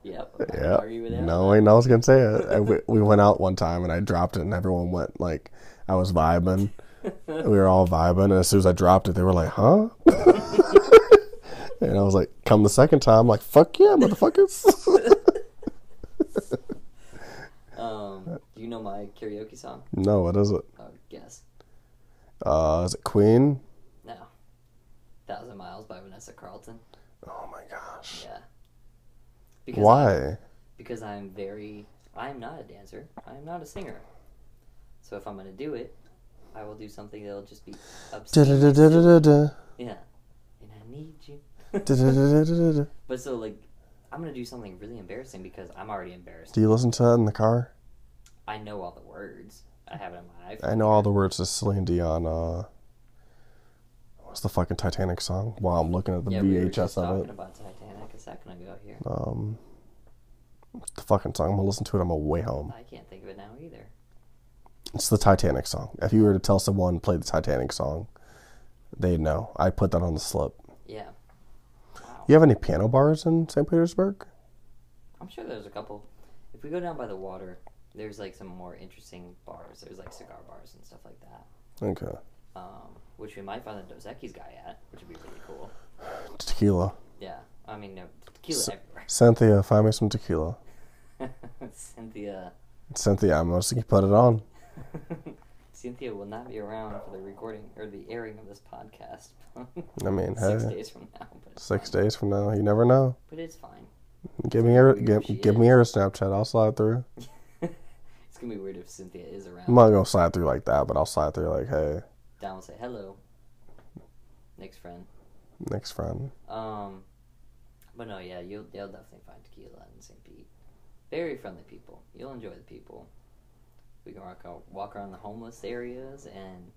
Speaker 1: Yep.
Speaker 2: Yeah.
Speaker 1: Are you with that?
Speaker 2: No one else can say it. I- we, we went out one time and I dropped it, and everyone went like, I was vibing. we were all vibing, and as soon as I dropped it, they were like, "Huh?" and I was like, "Come the second time, like, fuck yeah, motherfuckers."
Speaker 1: Um, do you know my karaoke song?
Speaker 2: no, what is it?
Speaker 1: Oh, guess.
Speaker 2: Uh, is it Queen?
Speaker 1: No. Thousand Miles by Vanessa Carlton.
Speaker 2: Oh my gosh.
Speaker 1: Yeah. Because
Speaker 2: Why?
Speaker 1: because I'm very I'm not a dancer. I'm not a singer. So if I'm gonna do it, I will do something that'll just be
Speaker 2: Da
Speaker 1: obscene.
Speaker 2: da da da da da
Speaker 1: Yeah. And I need you.
Speaker 2: da da da da da.
Speaker 1: but so like I'm gonna do something really embarrassing because I'm already embarrassed.
Speaker 2: Do you listen to that in the car?
Speaker 1: I know all the words. I have it in my iPhone.
Speaker 2: I know all the words to Celine Dion. Uh, what's the fucking Titanic song? Wow, I'm looking at the
Speaker 1: yeah, we were just
Speaker 2: VHS of
Speaker 1: talking
Speaker 2: it.
Speaker 1: about Titanic a second ago here.
Speaker 2: Um, the fucking song. I'm gonna listen to it on my way home.
Speaker 1: I can't think of it now either.
Speaker 2: It's the Titanic song. If you were to tell someone play the Titanic song, they'd know. I put that on the slip.
Speaker 1: Yeah. Wow.
Speaker 2: You have any piano bars in St. Petersburg?
Speaker 1: I'm sure there's a couple. If we go down by the water, there's like some more interesting bars. There's like cigar bars and stuff like that,
Speaker 2: Okay.
Speaker 1: um, which we might find the Dos Equis guy at, which would be really cool.
Speaker 2: Tequila.
Speaker 1: Yeah, I mean, no, tequila
Speaker 2: S-
Speaker 1: everywhere.
Speaker 2: Cynthia, find me some tequila.
Speaker 1: Cynthia,
Speaker 2: Cynthia, I'm just gonna put it on.
Speaker 1: Cynthia will not be around for the recording or the airing of this podcast.
Speaker 2: I mean,
Speaker 1: six
Speaker 2: hey,
Speaker 1: days from now, but it's
Speaker 2: six
Speaker 1: fine.
Speaker 2: days from now, you never know.
Speaker 1: But it's fine.
Speaker 2: Give me your
Speaker 1: Weird
Speaker 2: give,
Speaker 1: she
Speaker 2: give me your Snapchat. I'll slide through.
Speaker 1: It's gonna be weird if Cynthia is around.
Speaker 2: I'm not gonna slide through like that, but I'll slide through like, hey,
Speaker 1: Down will say hello. Next friend.
Speaker 2: next friend.
Speaker 1: Um, but no, yeah, you'll you'll definitely find tequila in St. Pete. Very friendly people. You'll enjoy the people. We can walk out, walk around the homeless areas and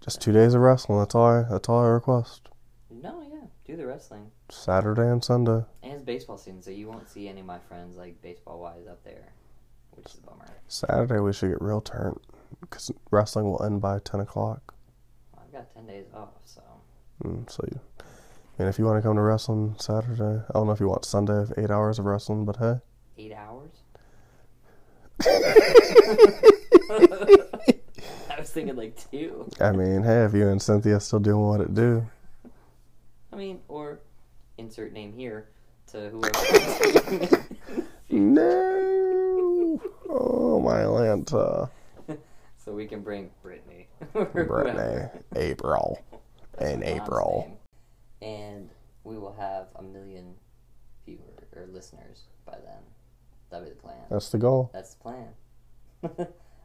Speaker 2: Just two days of wrestling. That's all. I, that's all I request.
Speaker 1: no, yeah, do the wrestling.
Speaker 2: Saturday and Sunday.
Speaker 1: And it's baseball season, so you won't see any of my friends like baseball wise up there, which is a bummer.
Speaker 2: Saturday we should get real turnt because wrestling will end by ten o'clock.
Speaker 1: I've got ten days off, so
Speaker 2: Mm, so, you, and if you want to come to wrestling Saturday, I don't know if you want Sunday of eight hours of wrestling, but hey,
Speaker 1: eight hours. I was thinking like two.
Speaker 2: I mean, hey, if you and Cynthia still doing what it do,
Speaker 1: I mean, or insert name here to whoever.
Speaker 2: no. Oh my Atlanta,
Speaker 1: so we can bring Brittany.
Speaker 2: Brittany, April, in April.
Speaker 1: And we will have a million viewer or listeners by then. That'll be the plan.
Speaker 2: That's the goal.
Speaker 1: That's the plan.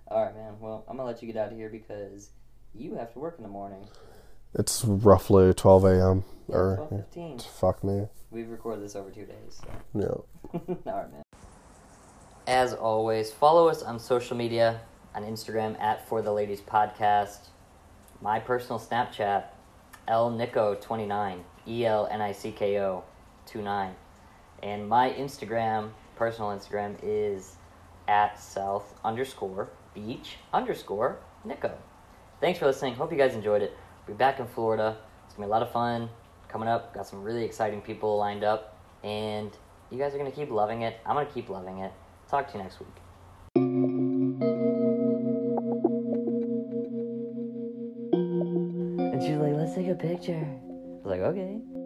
Speaker 1: All right, man. Well, I'm gonna let you get out of here because you have to work in the morning.
Speaker 2: It's roughly 12 a.m.
Speaker 1: Yeah,
Speaker 2: or
Speaker 1: twelve fifteen.
Speaker 2: fuck me.
Speaker 1: We've recorded this over two days. So.
Speaker 2: Yeah.
Speaker 1: As always, follow us on social media on Instagram at For the Ladies Podcast. My personal Snapchat, El Nico29, E L N I C K O 29. And my Instagram, personal Instagram, is at South underscore Beach underscore Nico. Thanks for listening. Hope you guys enjoyed it. We'll be back in Florida. It's gonna be a lot of fun coming up. Got some really exciting people lined up, and you guys are gonna keep loving it. I'm gonna keep loving it. Talk to you next week. And she's like, "Let's take a picture." I was like, "Okay."